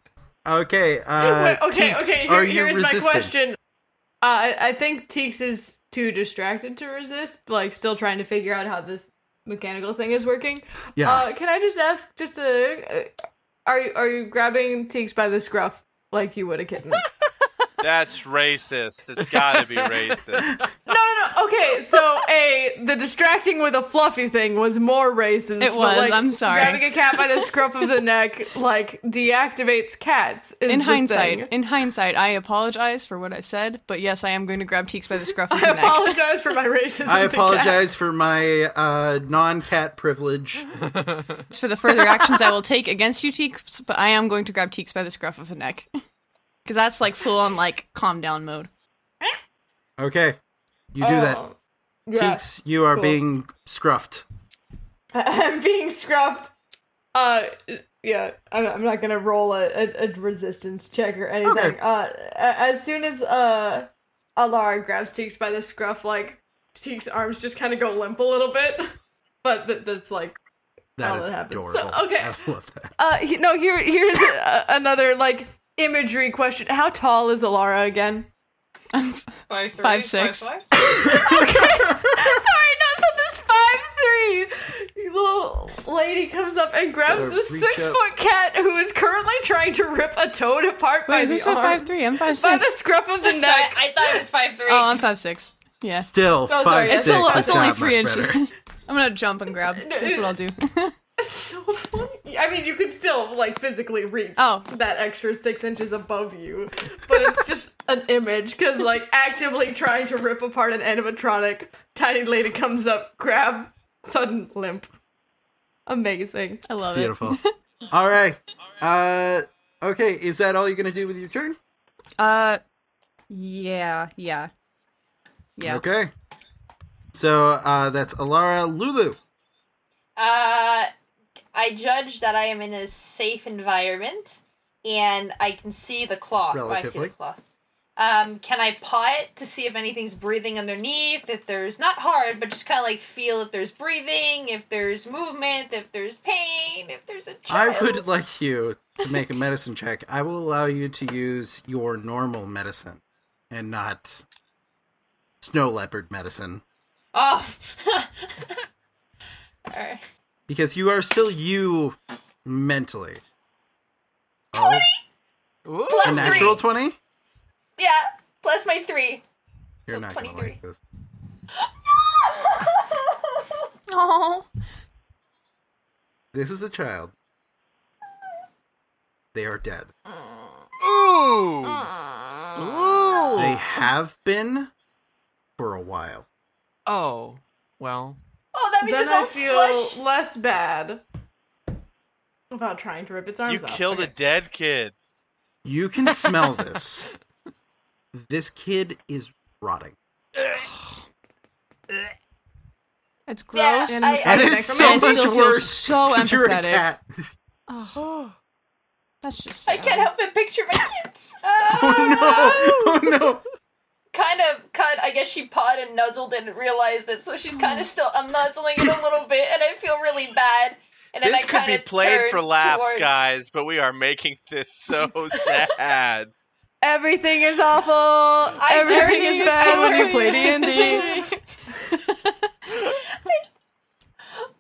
B: Okay. Uh,
D: Wait, okay,
B: Teeks,
D: okay.
B: are you
D: Here, here's my
B: resistant?
D: question. Uh, I, I think Teeks is too distracted to resist, like still trying to figure out how this mechanical thing is working.
B: Yeah.
D: Uh, can I just ask? Just a, uh, are you are you grabbing Teeks by the scruff like you would a kitten? no,
F: That's racist. It's got to be racist.
D: no, no. Okay, so a the distracting with a fluffy thing was more racist.
C: It
D: but,
C: was,
D: like,
C: I'm sorry.
D: Grabbing a cat by the scruff of the neck like deactivates cats. is
C: In
D: the
C: hindsight,
D: thing.
C: in hindsight, I apologize for what I said, but yes, I am going to grab Teeks by the scruff of
D: I
C: the neck.
D: apologize for my racism.
B: I
D: to cats.
B: apologize for my uh, non-cat privilege.
C: For the further actions I will take against you, Teeks, but I am going to grab Teeks by the scruff of the neck. Because that's like full on like calm down mode.
B: Okay, you do that.
D: Oh, yeah.
B: Teeks, you are
D: cool.
B: being scruffed.
D: I'm being scruffed. Uh, yeah, I'm, I'm not gonna roll a, a, a resistance check or anything.
B: Okay.
D: Uh, a- as soon as uh, Alara grabs Teeks by the scruff, like Teeks' arms just kind of go limp a little bit, but th- that's like
B: That
D: Oh,
B: is
D: that happens.
B: adorable.
D: So, okay.
B: I love that.
D: uh, he- no. Here, here's a, another like imagery question. How tall is Alara again?
I: Five, three,
C: Five, six.
I: five,
D: Sorry, no, so this five three little lady comes up and grabs
B: Gotta
D: the
B: reach
D: six
B: up.
D: foot cat who is currently trying to rip a toad apart by
C: Wait,
D: the
C: who's at
D: arms,
C: five three? I'm five
D: by the
C: six.
D: scruff of the
I: Sorry,
D: neck.
I: I thought it was five three.
C: Oh, I'm five six. Yeah.
B: Still
D: Oh, sorry,
B: five
D: it's
B: six.
C: It's, a little,
B: is
C: it's only
B: not
C: three
B: much
C: inches.
B: better.
C: I'm gonna jump and grab. That's what I'll do.
D: It's so funny. I mean, you can still like physically reach
C: Oh.
D: that extra six inches above you, but it's just an image because like actively trying to rip apart an animatronic, tiny lady comes up, grab, sudden limp. Amazing.
C: I love it.
B: Beautiful. all right. Uh, okay, is that all you're gonna do with your turn?
C: Uh, yeah, yeah, yeah.
B: Okay. So uh, that's Alara Lulu.
A: Uh, I judge that I am in a safe environment, and I can see the claw. Well, I see
B: Relatively.
A: the claw. Um, can I paw it to see if anything's breathing underneath? If there's not hard, but just kind of like feel if there's breathing, if there's movement, if there's pain, if there's a child.
B: I would like you to make a medicine check. I will allow you to use your normal medicine and not snow leopard medicine
A: Oh. All right.
B: because you are still you mentally. Oh,
G: Ooh.
B: a
A: Plus
B: natural
A: three.
B: 20?
A: Yeah. Plus my three.
B: You're
A: So
B: not going to
A: 23.
B: like this.
C: Oh,
B: This is a child. They are dead.
F: Ooh.
A: Uh-uh. Oh.
B: They have been for a while.
G: Oh. Well,
D: Oh, that
H: means
D: then
H: it's
D: I
H: all
D: feel
H: slush.
D: less bad about trying to rip its arms
F: You
D: out.
F: killed a dead kid.
B: You can smell this. This kid is rotting.
C: It's gross.
D: gross.
C: and
D: I- I-
B: And it's so
C: I still
B: much worse
C: Feel so
B: 'cause you're a
C: empathetic.
B: cat.
C: Oh, that's just.
A: I can't help but picture my kids.
B: Oh no! Oh no!
A: kind of kind I guess she pawed and nuzzled and realized it, so she's
D: Mm.
A: kind of still unnuzzling it a little bit, and I feel really bad. And then
F: this
A: I
F: could be
A: kinda
F: played for
A: turn
F: laughs,
A: towards-
F: guys, but we are making this so sad.
D: Everything is awful. Everything is
A: dirty.
D: bad when
A: I'm
D: you play D&D.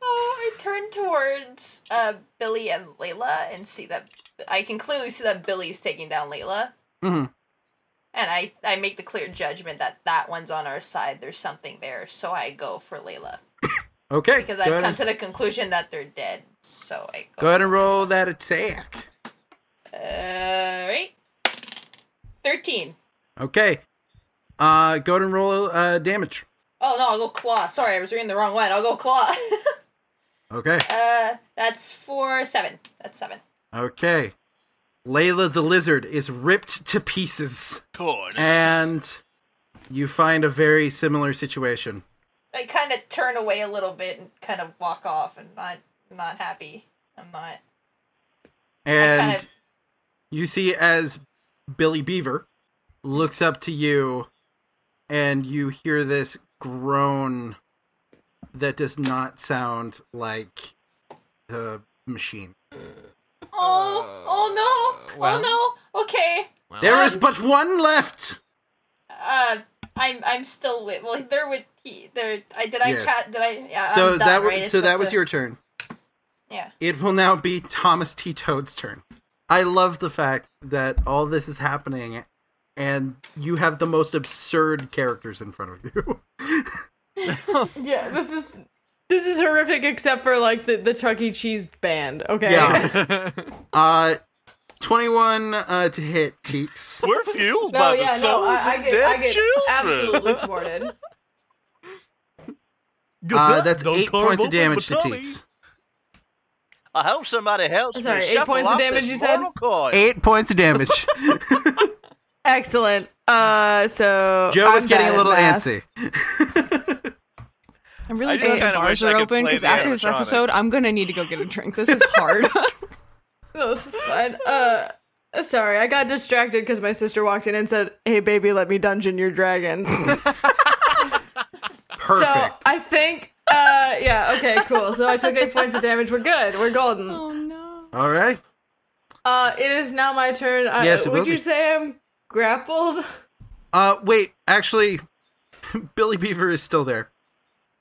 A: Oh, I turn towards uh, Billy and Layla and see that I can clearly see that Billy's taking down Layla,
D: Mm-hmm.
B: Mhm.
A: and I I make the clear judgment that that one's on our side. There's something there, so I go for Layla
B: Okay.
A: because
B: go
A: I've
B: ahead
A: come
B: and-
A: to the conclusion that they're dead. So I
B: Go ahead and roll that attack.
A: all Uh, right, thirteen.
B: Okay. Uh, go ahead and roll uh, damage.
A: Oh no, I'll go claw. Sorry, I was reading the wrong one. I'll go claw.
B: Okay.
A: uh, that's four seven. That's seven.
B: Okay. Layla the lizard is ripped to pieces,
F: Torn.
B: Eh, and you find a very similar situation.
A: I kind of turn away a little bit and kind of walk off and not not happy. I'm not.
B: And
A: kinda-
B: you see as Billy Beaver looks up to you and you hear this groan that does not sound like the machine.
A: Oh,
B: Uh,
A: oh no,
G: well.
A: oh no. Okay,
G: well,
B: There
A: Um,
B: is but one left.
A: uh, I'm I'm still with. Well, they're with. He, they're. I did I
B: Yes.
A: cat. Did I? Yeah.
B: so
A: I'm done,
B: that was
A: right? It's
B: so
A: up
B: that was
A: to-
B: your turn.
A: Yeah.
B: It will now be Thomas T. Toad's turn. I love the fact that all this is happening and you have the most absurd characters in front of you.
D: Yeah, this is this is horrific except for like the, the Chuck E. Cheese band, okay?
B: Yeah. Uh, 21 uh, to hit, Teeks.
F: We're fueled
D: No,
F: by the
D: yeah, no,
F: souls
D: I, I
F: of
D: get,
F: dead
D: I get
F: children.
D: absolutely thwarted.
B: Uh, that's
G: Don't
B: eight
G: carve
B: points of
G: open my
B: damage to
G: tummy.
B: Teeks.
F: I hope somebody helps
D: Sorry,
F: me
D: eight
F: shuffle
D: points of
F: off
D: damage,
F: this
D: you said?
F: mortal coil.
B: Eight points of damage.
D: Excellent. Uh, so
B: Joe
D: I'm
B: is getting
D: bad
B: a
D: at
B: little
D: math.
B: antsy.
C: I'm
F: I
C: really
F: just
C: glad the
F: kinda
C: bars
F: wish I
C: are
F: could
C: open
F: play
C: because
F: the
C: after this
F: animatronics.
C: episode, I'm gonna need to go get a drink. This is hard.
D: No, Oh, this is fine. Uh, sorry, I got distracted because my sister walked in and said, "Hey, baby, let me dungeon your dragons." So
B: Perfect.
D: I think, uh, yeah, okay, cool. So I took eight points of damage. We're good. We're golden.
C: oh no.
B: All right.
D: Uh, it is now my turn. Uh,
B: Yes, it
D: would
B: will
D: you
B: be.
D: say I'm grappled? Oh,
B: Uh, wait, actually, Billy Beaver is still there.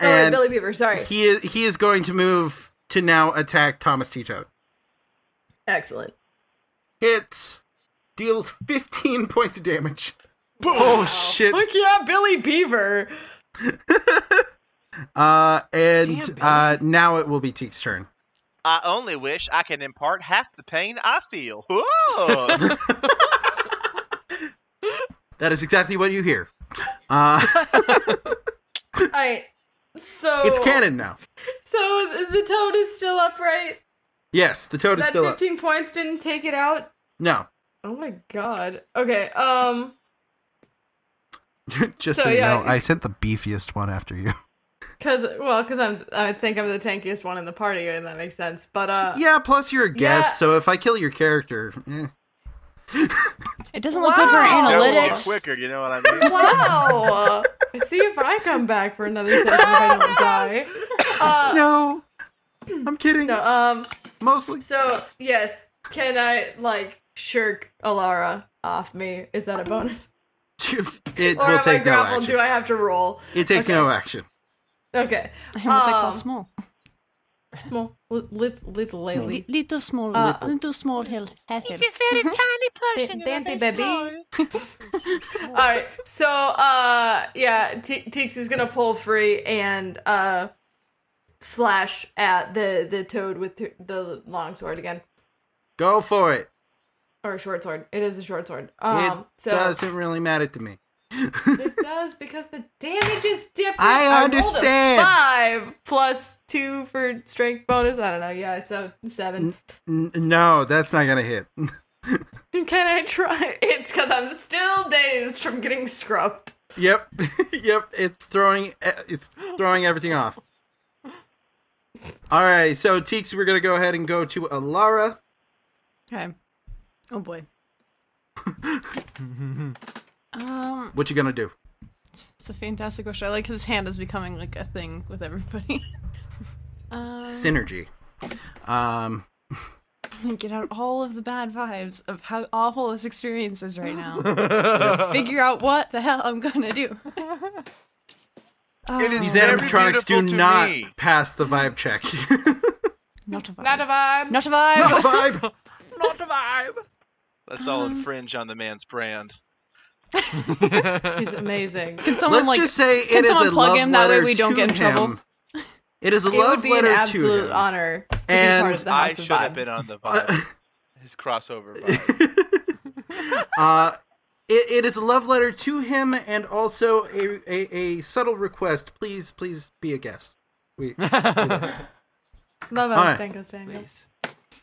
D: Oh, wait,
B: And
D: Billy Beaver. Sorry.
B: he is he is going to move to now attack Thomas Tito.
D: Excellent.
B: Hits deals 15 points of damage.
F: Boom.
B: Oh shit.
D: Look, yeah, Billy Beaver.
B: Uh
C: Damn,
B: and
C: Billy.
B: uh now it will be Teek's turn.
F: I only wish I can impart half the pain I feel. Whoa.
B: That is exactly what you hear. Uh
D: I. So
B: it's canon now.
D: So th- the toad is still upright.
B: Yes, the toad is
D: That
B: still up.
D: fifteen points didn't take it out.
B: No.
D: Oh my god. Okay. Um.
B: Just so,
D: So,
B: you
D: yeah,
B: know, I sent the beefiest one after you.
D: Cause well, cause I'm I think I'm the tankiest one in the party, and that makes sense. But uh.
B: Yeah, plus you're a guest,
D: Yeah.
B: so if I kill your character, eh.
C: It doesn't look good for
D: Wow.
F: Joe will get
C: analytics.
F: quicker, you know what I mean?
D: Wow. See if I come back for another session if I don't die. Uh,
B: no, I'm kidding.
D: no. Um.
B: Mostly,
D: So yes, can I like shirk Alara off me? Is that a bonus?
B: it
D: Or
B: will
D: am I
B: take no
D: grappled?
B: action.
D: Do I have to roll?
B: It takes
D: Okay.
B: no action.
D: Okay.
C: I am what they call
D: Um,
C: small.
D: Small, little, little
C: Li-
D: lady.
C: little small,
D: Uh,
C: little small hill. Heaven.
D: Dainty baby. All right. So, uh, yeah, Te- Teeks is gonna pull free and uh, slash at the the toad with th- the long sword again
B: Go for it.
D: or short sword. It is a short sword.
B: It
D: Um, so
B: doesn't really matter to me.
D: it does because the damage is different.
B: I
D: rolled a
B: understand.
D: Five plus two for strength bonus. I don't know. Yeah, so seven.
B: N- no, that's not gonna hit. Mm.
D: Can I try? It's because I'm still dazed from getting scrubbed.
B: yep, yep. It's throwing. eh, It's throwing everything off. All right, so Teeks, we're gonna go ahead and go to Alara.
C: Okay. Oh boy. um,
B: What you gonna do?
C: it's, it's a fantastic question. I like his hand is becoming like a thing with everybody. um,
B: Synergy. Um,
C: get out all of the bad vibes of how awful this experience is right now. Figure out what the hell I'm gonna do. Um,
F: It is
B: these
F: very
B: animatronics
F: beautiful
B: do
F: to
B: not
F: me.
B: pass the vibe check.
C: Not a vibe.
D: Not a vibe.
C: Not a vibe.
B: vibe.
G: Not a vibe.
F: Let's all infringe on the man's brand.
D: He's amazing.
C: Can
B: Let's
C: someone like
B: just say
C: can
B: it is
C: someone
B: a
C: plug
B: love
C: him that way
B: letter
C: we don't
B: to
C: get in trouble?
B: him. It is a
D: It
B: love
D: would be an
B: letter to
D: absolute
B: him.
D: honor to be
B: And
D: part of the
F: I
D: House
F: should
D: of
F: have
D: Vibe.
F: been on the vibe. His crossover vibe.
B: uh, it, it is a love letter to him and also a, a, a subtle request. Please, please be a guest. We,
D: Love
B: All right.
D: Stanko Stanko.
G: Please.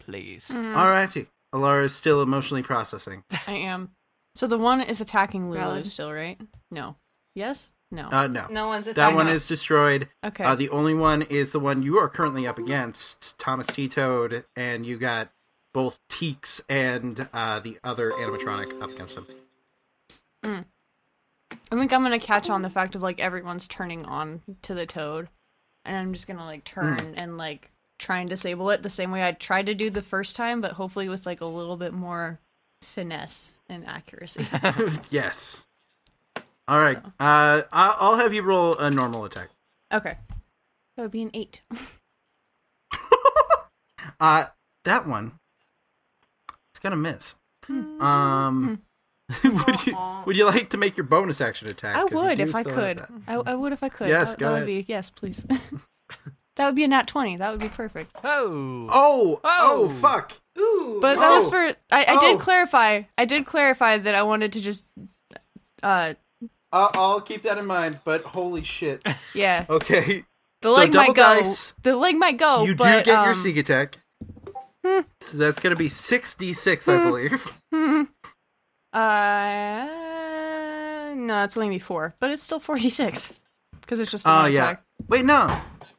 G: Please.
C: Mm.
B: Alrighty. Alara is still emotionally processing.
C: I am. So the one is attacking Lulu
D: Valid.
C: still, right? No. Yes? No.
B: Uh, no.
I: No one's at
B: That one is destroyed.
C: okay.
B: Uh, the only one is the one you are currently up against, Thomas T. Toad, and you got both Teeks and uh, the other animatronic up against him.
C: I think I'm gonna catch on the fact of like everyone's turning on to the toad, and I'm just gonna like turn
B: Hmm.
C: and like try and disable it the same way I tried to do the first time, but hopefully with like a little bit more finesse and accuracy.
B: Yes. All right. Uh, I- I'll have you roll a normal attack.
C: okay, that would be an eight.
B: Uh, that one. It's gonna miss.
C: Mm-hmm.
B: Um, would you would you like to make your bonus action attack?
C: Hmm. I
B: 'Cause you
C: would
B: do
C: if I
B: still have
C: could.
B: that.
C: I, I would if I could.
B: Yes,
C: that,
B: go
C: that
B: ahead.
C: would be yes, please. that would be a nat twenty. That would be perfect.
G: Oh.
B: Oh, oh,
G: Oh.
B: fuck!
D: Ooh.
C: But that was
B: Oh.
C: for I, I
B: Oh.
C: did clarify. I did clarify that I wanted to just uh
B: Uh, I'll keep that in mind. But holy shit!
C: yeah.
B: Okay,
C: The
B: So
C: leg
B: double
C: might go.
B: dice.
C: The leg might go.
B: you
C: but,
B: do get your
C: um, hmm.
B: sneak attack. So that's gonna be sixty-six, I believe.
C: Uh, no, it's only me four, but it's still forty six because it's just. a
B: Oh
C: one
B: yeah.
C: attack.
B: Wait, no.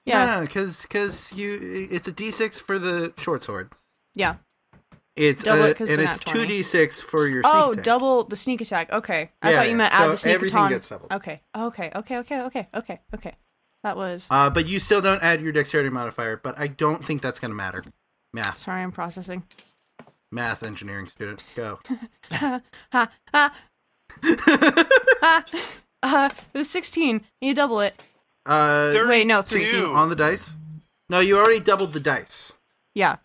C: yeah,
B: No, because because you it's a d6 for the short sword.
C: yeah.
B: It's
C: Double
B: a,
C: it 'cause
B: and
C: the nat
B: it's two
C: 20.
B: d6 for your. sneak
C: Oh,
B: attack.
C: double the sneak attack. Okay, I
B: Yeah,
C: thought you
B: yeah.
C: meant add
B: So
C: the sneak
B: everything
C: attack.
B: gets doubled.
C: Okay, okay, okay, okay, okay, okay, okay. That was.
B: Uh, but you still don't add your dexterity modifier, but I don't think that's going to matter. Math,
C: Sorry, I'm processing.
B: math engineering student, go.
C: Ha ha ha. Uh, it was sixteen. You double it.
B: Uh,
C: Wait, no,
F: 32.
C: 16
B: on the dice? No, you already doubled the dice.
C: Yeah.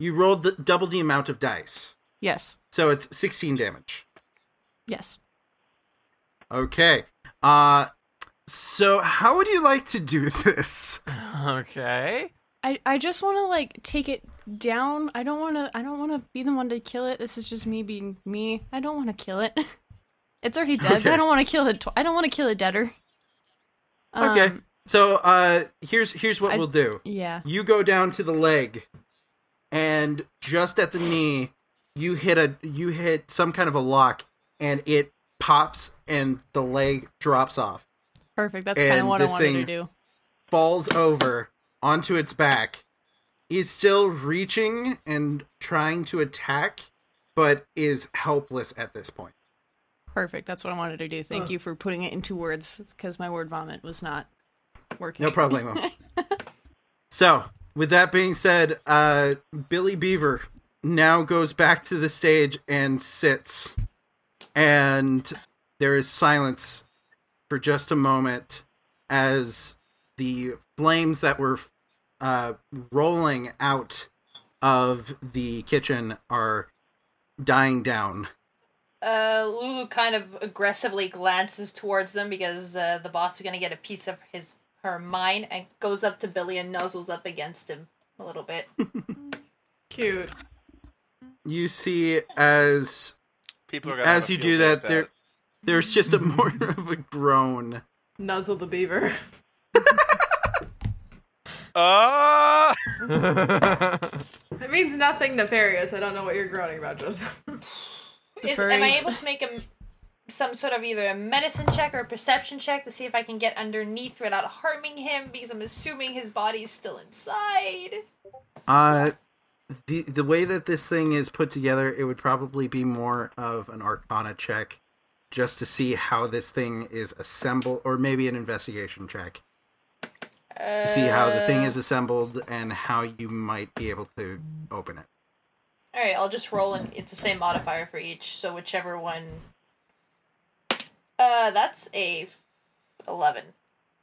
B: You rolled the, double the amount of dice.
C: Yes.
B: So it's 16 damage.
C: Yes.
B: Okay. Uh, so how would you like to do this?
G: Okay.
C: I, I just want to like take it down. I don't want to. I don't want to be the one to kill it. This is just me being me. I don't want to kill it. it's already dead. but
B: Okay.
C: I don't want to kill it. Tw- I don't want to kill it deader.
B: okay.
C: Um,
B: So uh, here's here's what
C: I-
B: we'll do.
C: Yeah.
B: You go down to the leg, and just at the knee, you hit a you hit some kind of a lock, and it pops, and the leg drops off,
C: Perfect. That's kind of
B: And
C: what I
B: this
C: wanted to
B: thing-
C: do.
B: falls over onto its back, is still reaching and trying to attack, but is helpless at this point.
C: Perfect. That's what I wanted to do.
B: Uh.
C: Thank you for putting it into words because my word vomit was not working.
B: No problem. so, with that being said, uh, Billy Beaver now goes back to the stage and sits. And there is silence for just a moment as the flames that were uh, rolling out of the kitchen are dying down.
A: Uh, Lulu kind of aggressively glances towards them because uh, the boss is gonna get a piece of his her mind and goes up to Billy and nuzzles up against him a little bit.
D: cute.
B: You see as
F: People are gonna have
B: as
F: a
B: you
F: field
B: do
F: day
B: that,
F: with
B: there There's just a more of a groan.
D: Nuzzle the beaver.
F: Uh,
D: It means nothing nefarious. I don't know what you're groaning about, Joseph.
A: Is, am I able to make a, some sort of either a medicine check or a perception check to see if I can get underneath without harming him? Because I'm assuming his body's still inside.
B: Uh, the the way that this thing is put together, it would probably be more of an Arcana check, just to see how this thing is assembled, or maybe an investigation check. to see how
A: Uh,
B: the thing is assembled and how you might be able to open it.
A: All right, I'll just roll, and it's the same modifier for each. So whichever one. Uh, that's a eleven.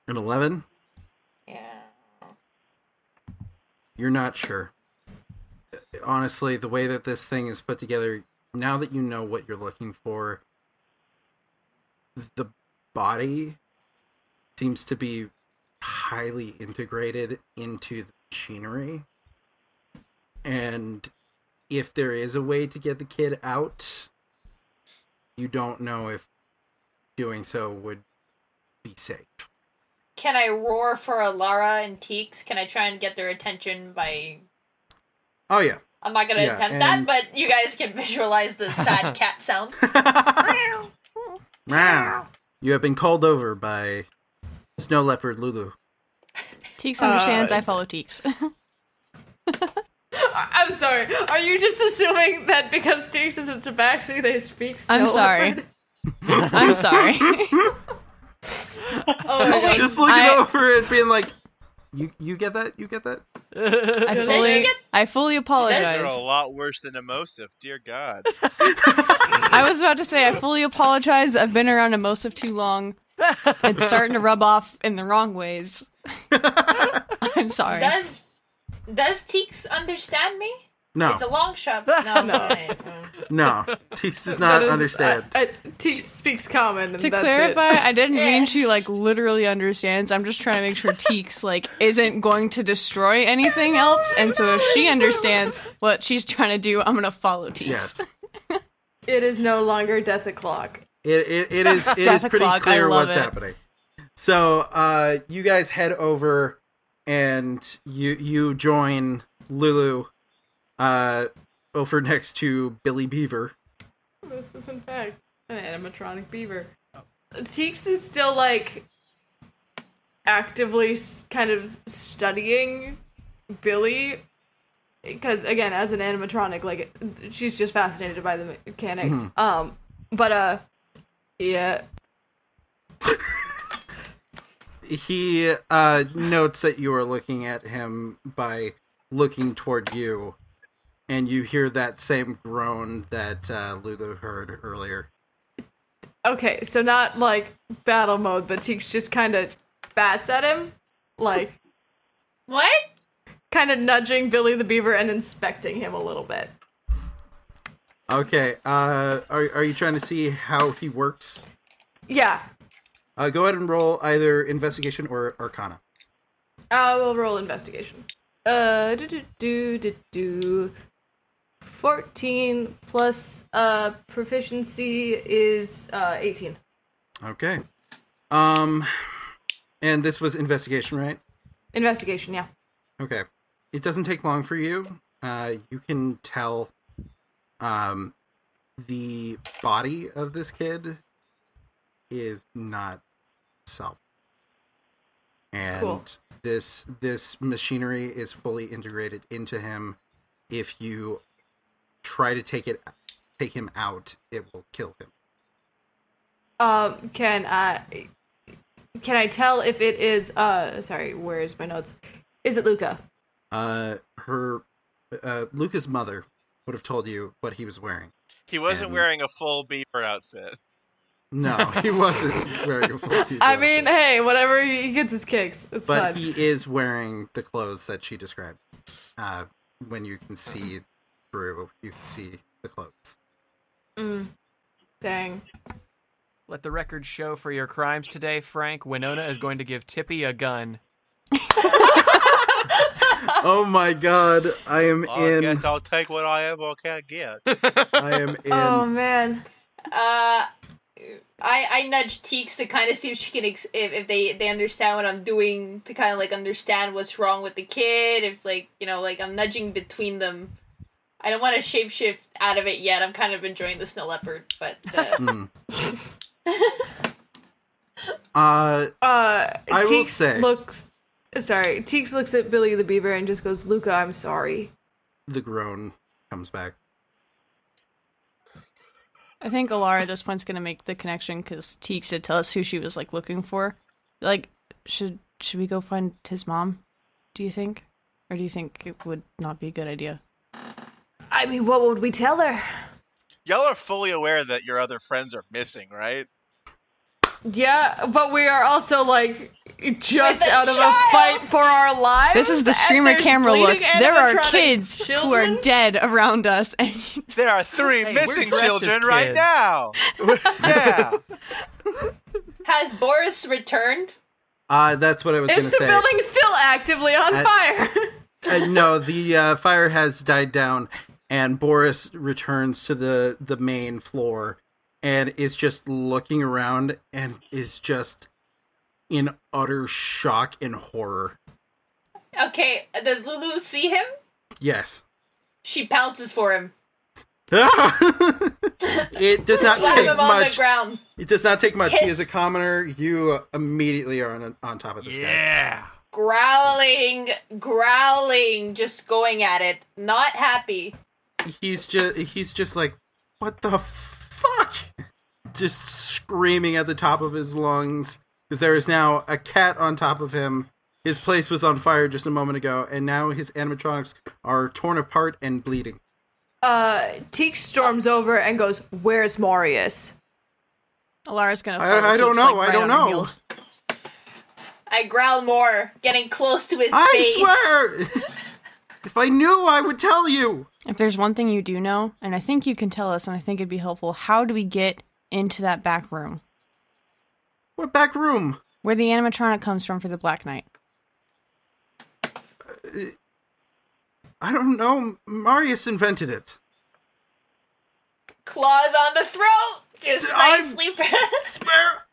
B: An eleven?
A: Yeah.
B: You're not sure. Honestly, the way that this thing is put together, now that you know what you're looking for, the body seems to be highly integrated into the machinery. And if there is a way to get the kid out, you don't know if doing so would be safe.
A: Can I roar for Alara and Teeks? Can I try and get their attention by?
B: Oh, yeah.
A: I'm not gonna
B: Yeah,
A: attempt
B: and-
A: that, but you guys can visualize the sad cat sound.
B: Wow. You have been called over by Snow Leopard Lulu.
C: Teeks understands.
D: Uh,
C: I follow Teeks.
D: I'm sorry. Are you just assuming that because Teeks is a tabaxi, they speak snow
C: I'm sorry.
D: leopard?
C: I'm sorry.
D: Oh, my God.
B: Just looking
C: I-
B: over and being like, "You you get that? You get that?"
C: I
A: she
C: fully,
A: get-
C: I fully
F: they're a
C: apologize.
F: lot worse than Emosif. Dear God.
C: I was about to say I fully apologize. I've been around Emosive too long. It's starting to rub off in the wrong ways. I'm sorry.
A: Does Does Teeks understand me?
B: No,
A: It's a long shot. No, no.
B: no. Teeks does
D: That
B: not
D: is-
B: understand.
D: I- I- Teeks speaks common. And
C: to
D: that's
C: clarify,
D: it.
C: I didn't
A: Yeah.
C: mean she like literally understands. I'm just trying to make sure Teeks like isn't going to destroy anything else. And so if she understands what she's trying to do, I'm gonna follow Teeks.
B: yes,
D: it is no longer death o'clock.
B: it it, it is it is
C: Death
B: pretty
C: o'clock, I
B: clear
C: love
B: what's
C: it.
B: happening. So, uh, you guys head over, and you you join Lulu, uh, over next to Billy Beaver.
D: This is in fact an animatronic beaver. Teeks is still like actively s- kind of studying Billy because again, as an animatronic, like she's just fascinated by the mechanics. Um, but uh, yeah,
B: he uh, notes that you are looking at him by looking toward you, and you hear that same groan that uh, Lulu heard earlier.
D: okay, so not like battle mode, but Teeks just kind of bats at him, like
A: What?
D: kind of nudging Billy the beaver and inspecting him a little bit.
B: Okay, uh, are are you trying to see how he works?
D: Yeah,
B: Uh, go ahead and roll either investigation or Arcana.
D: I will roll investigation. Uh, do do do do do. Fourteen plus uh proficiency is uh eighteen.
B: Okay, um, and this was investigation, right?
D: Investigation, yeah.
B: Okay. It doesn't take long for you. Uh, you can tell um, the body of this kid is not self. And
D: Cool.
B: this this machinery is fully integrated into him. If you try to take it take him out, it will kill him.
D: Um, can I can I tell if it is uh sorry, where is my notes? Is it Luca?
B: Uh, her uh, Luca's mother would have told you what he was wearing.
F: He wasn't
B: And-
F: wearing a full beaver outfit.
B: No, he wasn't wearing a full PJ
D: I mean,
B: outfit.
D: hey, whatever he gets his kicks, it's
B: but
D: fine.
B: he is wearing the clothes that she described. Uh, when you can see through, you can see the clothes.
D: Mm. Dang.
G: Let the record show for your crimes today, Frank. Winona is going to give Tippy a gun.
B: oh my god, I am
F: Well, I guess I'll take what I ever can get.
D: Um,
B: I am in.
D: Oh man.
A: Uh, I I nudge Teeks to kind of see if she can ex- if if they they understand what I'm doing to kind of like understand what's wrong with the kid. If like you know like I'm nudging between them. I don't want to shapeshift out of it yet. I'm kind of enjoying the snow leopard, but uh,
B: Hmm. uh,
D: Uh,
B: I will
D: Teeks
B: say-
D: looks. uh, Sorry, Teeks looks at Billy the Beaver and just goes, "Luca, I'm sorry."
B: the groan comes back.
C: I think Alara at this point's gonna make the connection because Teeks did tell us who she was like looking for. Like, should should we go find his mom? Do you think, or do you think it would not be a good idea?
D: I mean, what would we tell her?
F: Y'all are fully aware that your other friends are missing, right?
D: Yeah, but we are also like just
A: With a
D: out of
A: child!
D: a fight for our lives.
C: This is the
D: and
C: streamer
D: there's
C: camera look.
D: bleeding
C: There are
D: animatronic
C: kids who are
D: children?
C: dead around us, and
F: There are three
G: Hey, we're
F: missing
G: dressed as
F: children right
G: kids.
F: now. yeah.
A: has Boris returned?
B: Uh, that's what I was
D: Is
B: going
D: the
B: to say.
D: building still actively on
B: At-
D: fire?
B: Uh, no, the uh, fire has died down, and Boris returns to the the main floor, and is just looking around and is just in utter shock and horror.
A: Okay, does Lulu see him?
B: Yes,
A: She pounces for him.
B: it does not
A: Slap
B: take
A: him on the
B: much.
A: ground.
B: It does not take much. He
A: Hiss.
B: is a commoner. You immediately are on on top of this guy.
G: Yeah.
A: Growling, growling, just going at it. Not happy.
B: he's just he's just like what the fuck just screaming at the top of his lungs because there is now a cat on top of him his place was on fire just a moment ago and now his animatronics are torn apart and bleeding
D: Uh, Teek storms over and goes, "Where's Marius?"
C: Alara's gonna.
B: I-
C: follow
B: I don't
C: Teeks,
B: know,
C: like,
B: I
C: right
B: don't
C: on her
B: know.
C: heels.
A: I growl more, getting close to his
B: i
A: face.
B: swear if i knew i would tell you
C: If there's one thing you do know, and I think you can tell us, and I think it'd be helpful, how do we get into that back room
B: what back room
C: where the animatronic comes from for the Black Knight?
B: i don't know marius invented it
A: Claws on the throat, just
B: I'm-
A: nicely.
B: swear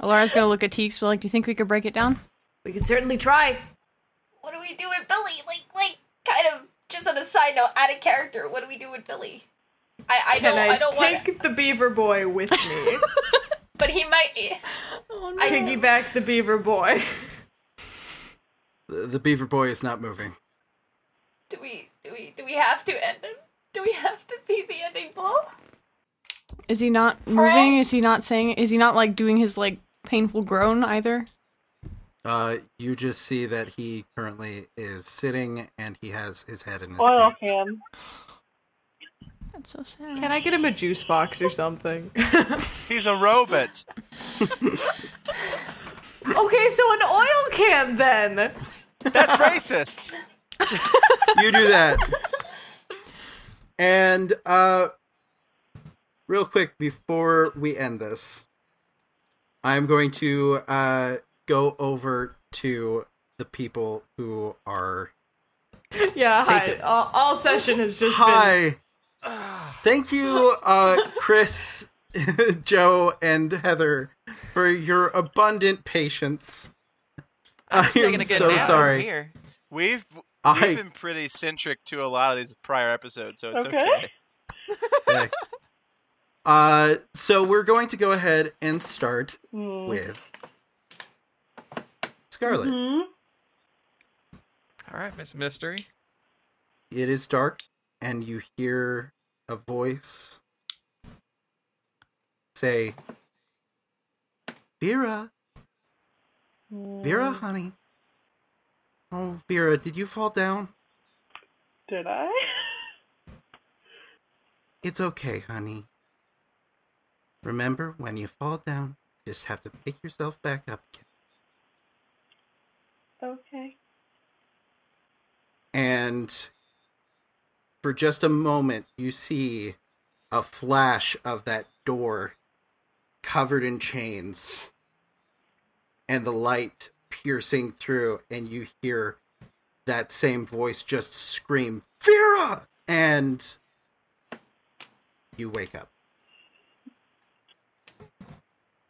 C: Alara's gonna look at Teeks, be like, "Do you think we could break it down?"
D: We can certainly try.
A: what do we do with Billy? Like, like, kind of just on a side note, out of character. What do we do with Billy? I, I
D: Can
A: don't,
D: I,
A: I, don't
D: take
A: want.
D: the beaver boy with me?
A: But he might.
D: Oh,
A: I-
D: Piggyback the beaver boy.
B: the, the beaver boy is not moving
A: do we, do we, do we have to end him? Do we have to be the ending blow?
C: Is he not moving? Is he not saying? Is he not like doing his like painful groan either?
B: uh, you just see that he currently is sitting and he has his head in his
H: Oil
B: hands.
H: can.
C: That's so sad.
D: Can I get him a juice box or something?
F: He's a robot.
D: okay, so an oil can then.
F: That's racist.
B: you do that. And uh real quick before we end this, I'm going to uh go over to the people who are
D: Yeah,
B: Take
D: hi.
B: it.
D: All, all session has just been.
B: Hi. Thank you uh Chris, Joe and Heather for your abundant patience. I'm so sorry.
F: We've we've
B: I-
F: been pretty centric to a lot of these prior episodes, so it's okay.
H: Okay.
B: Yeah. Uh so we're going to go ahead and start with Scarlet.
H: hmm
G: All right, Miss Mystery.
B: It is dark, and you hear a voice say, Vera, Vera, honey. Oh, Vera, did you fall down?
H: Did I?
B: It's okay, honey. Remember, when you fall down, you just have to pick yourself back up again.
H: Okay.
B: and for just a moment you see a flash of that door covered in chains and the light piercing through and you hear that same voice just scream vera and you wake up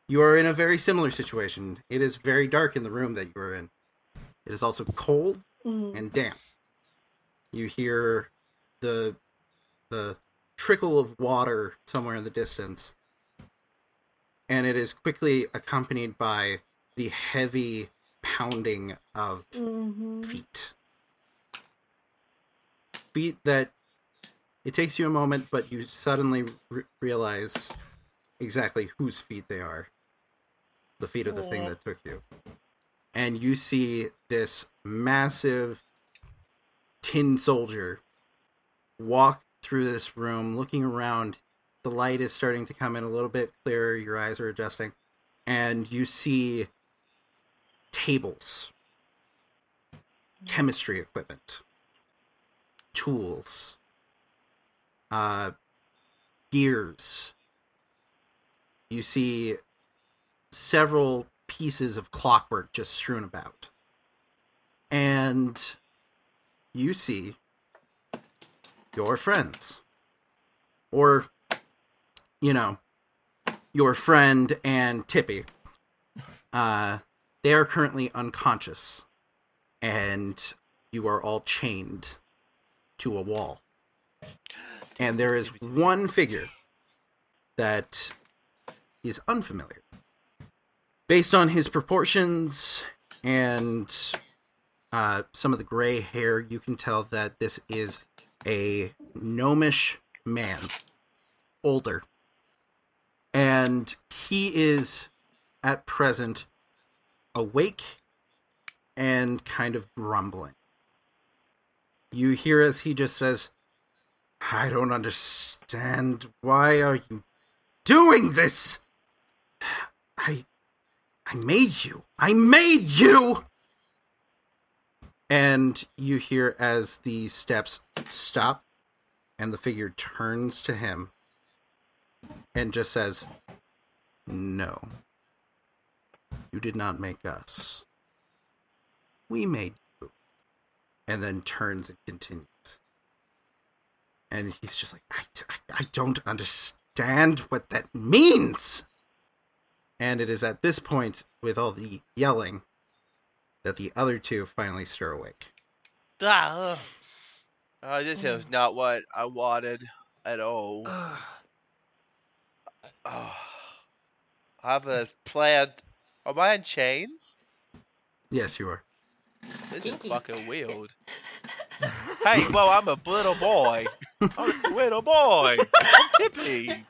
B: You are in a very similar situation. It is very dark in the room that you are in. It is also cold
H: Mhm.
B: and damp. You hear the the trickle of water somewhere in the distance. And it is quickly accompanied by the heavy pounding of feet. Feet that it takes you a moment, but you suddenly re- realize exactly whose feet they are. The feet of the thing
H: Yeah.
B: that took you. And you see this massive tin soldier walk through this room, looking around. The light is starting to come in a little bit clearer. Your eyes are adjusting. And you see tables, chemistry equipment, tools, uh, gears. You see several pieces of clockwork just strewn about. And you see your friends. Or, you know, your friend and Tippy. Uh, they are currently unconscious. And you are all chained to a wall. And there is one figure that is unfamiliar. Based on his proportions and uh, some of the gray hair, you can tell that this is a gnomish man, older. And he is at present awake and kind of grumbling. You hear as he just says, I don't understand. Why are you doing this? I. I made you. I made you! And you hear as the steps stop and the figure turns to him and just says, No. You did not make us. We made you. And then turns and continues. And he's just like, I, I, I don't understand what that means. And it is at this point, with all the yelling, that the other two finally stir awake.
F: Ah, ugh. Uh, this is not what I wanted at all. Ugh. I have a plan. Am I in chains?
B: Yes, you are.
F: This
I: Kinky.
F: is fucking weird. hey, well, I'm a little boy. I'm a little boy. I'm Tippy.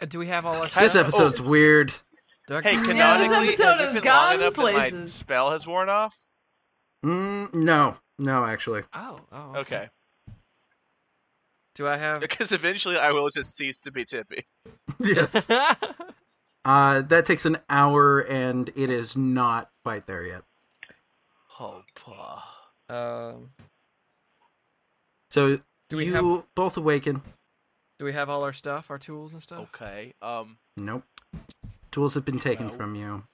G: Uh, do we have all our
B: This
G: stuff?
B: episode's weird.
G: Do I-
F: Hey,
G: Yeah, this
F: canonically,
D: episode
F: has
D: has
F: it been long
D: gone
F: enough that my
D: places.
F: spell has worn off?
B: Mm, no, no, actually.
G: Oh, oh.
F: Okay.
G: Do I have?
F: Because eventually I will just cease to be Tippy.
B: yes. Uh, that takes an hour, and it is not quite there yet.
F: Oh, pa.
G: um,
B: So
G: do we
B: you
G: have?
B: both awaken.
G: Do we have all our stuff, our tools and stuff?
F: Okay. Um.
B: Nope. Tools have been taken
F: No.
B: from you.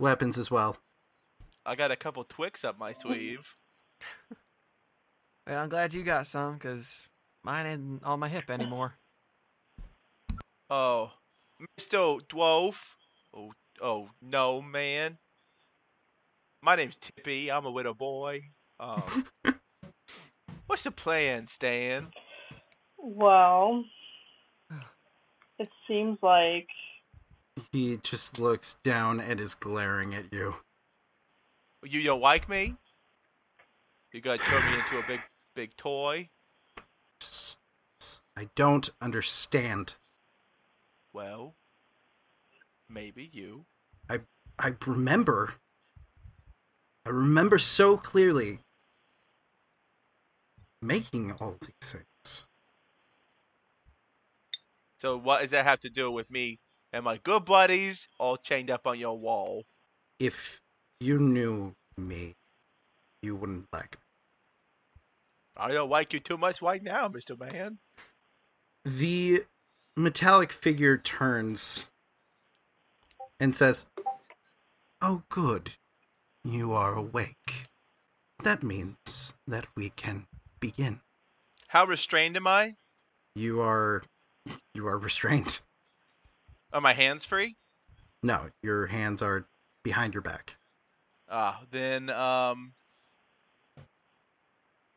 B: Weapons as well.
F: I got a couple Twix up my sleeve.
G: Well, I'm glad you got some, cause mine isn't on my hip anymore.
F: Oh, Mr. Dwarf. Oh, oh no, man. My name's Tippy. I'm a little boy. Um, what's the plan, Stan?
H: Well, it seems like
B: He just looks down and is glaring at you.
F: You don't like me? You gonna turn me into a big, big toy?
B: I don't understand.
F: Well, maybe you.
B: I remember. I remember so clearly making all these things.
F: So what does that have to do with me and my good buddies all chained up on your wall?
B: If you knew me, you wouldn't like me.
F: I don't like you too much right now, Mr. Man.
B: the metallic figure turns and says, Oh, good. You are awake. That means that we can begin.
F: How restrained am I?
B: You are You are restrained.
F: Are my hands free?
B: No, your hands are behind your back.
F: Ah, then um,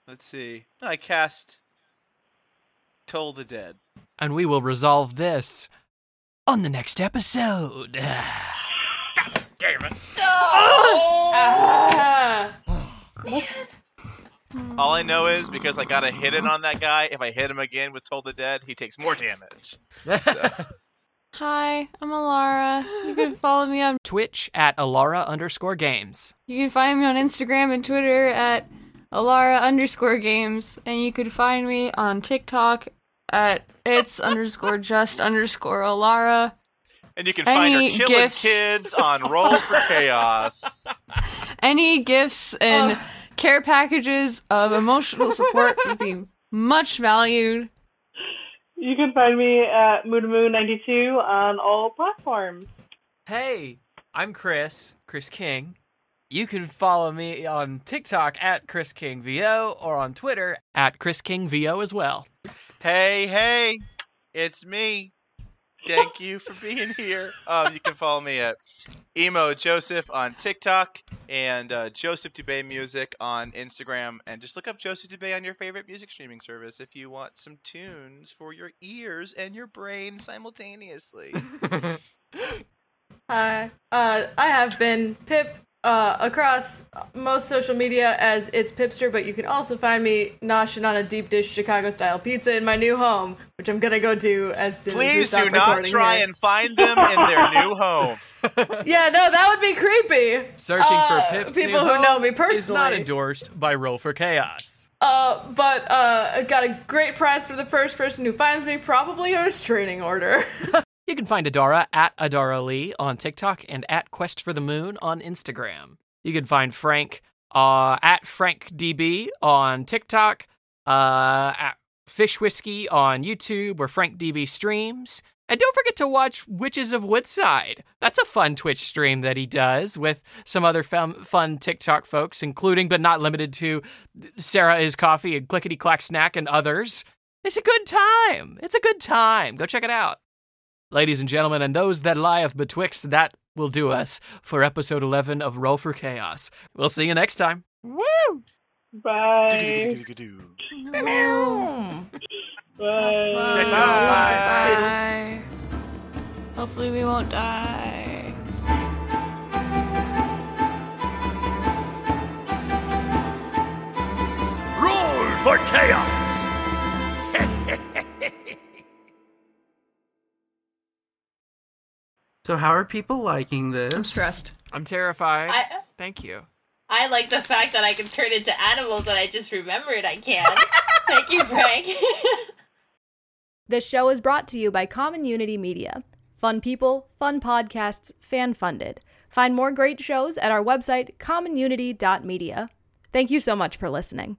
F: let's see. I cast Toll the Dead.
G: And we will resolve this on the next episode.
F: Damn it!
A: Ah.
F: All I know is because I got a hit in on that guy. If I hit him again with Toll the Dead, he takes more damage.
C: Hi, I'm Alara. You can follow me on
G: Twitch at Alara underscore games.
C: You can find me on Instagram and Twitter at Alara underscore games, and you can find me on TikTok at it's underscore just underscore Alara.
F: And you can find
C: Any
F: her killing
C: gifts?
F: kids on Roll for Chaos.
C: Any gifts and care packages of emotional support would be much valued.
H: You can find me at moodamoo92 on all platforms.
G: Hey, I'm Chris, Chris King. You can follow me on TikTok at Chris King VO or on Twitter at Chris King VO as well.
F: Hey, hey, it's me. Thank you for being here. Um, you can follow me at emo Joseph on TikTok and uh, Joseph Dubay Music on Instagram, and just look up Joseph Dubay on your favorite music streaming service if you want some tunes for your ears and your brain simultaneously.
D: Hi. Uh, I have been Pip uh, across most social media as It's Pipster, but you can also find me noshing on a deep dish Chicago style pizza in my new home, which I'm gonna go do as soon as we
F: Please
D: stop
F: do not
D: recording
F: try
D: here.
F: and find them in their new home.
D: Yeah, no, that would be creepy.
G: Searching
D: Uh,
G: for Pips.
D: people
G: new
D: who know
G: home
D: me
G: is not
D: personally.
G: endorsed by Roll for Chaos.
D: Uh, but uh, I got a great prize for the first person who finds me, probably a restraining order.
G: You can find Adara at Adara Lee on TikTok and at Quest for the Moon on Instagram. You can find Frank uh, at FrankDB on TikTok, uh, at Fish Whiskey on YouTube, where FrankDB streams. And don't forget to watch Witches of Woodside. That's a fun Twitch stream that he does with some other fam- fun TikTok folks, including but not limited to Sarah is Coffee and Clickety Clack Snack and others. It's a good time. It's a good time. Go check it out. Ladies and gentlemen, and those that lieth betwixt, that will do us for episode 11 of Roll for Chaos. We'll see you next time.
C: Woo!
H: Bye. Bye.
C: Bye.
F: Bye.
C: Bye. Hopefully we won't die.
E: Roll for chaos!
B: So, how are people liking this?
C: I'm stressed.
G: I'm terrified.
A: I-
G: Thank you.
A: I like the fact that I can turn into animals and I just remembered I can. Thank you, Frank.
J: This show is brought to you by Common Unity Media. Fun people, fun podcasts, fan funded. Find more great shows at our website, commonunity.media. Thank you so much for listening.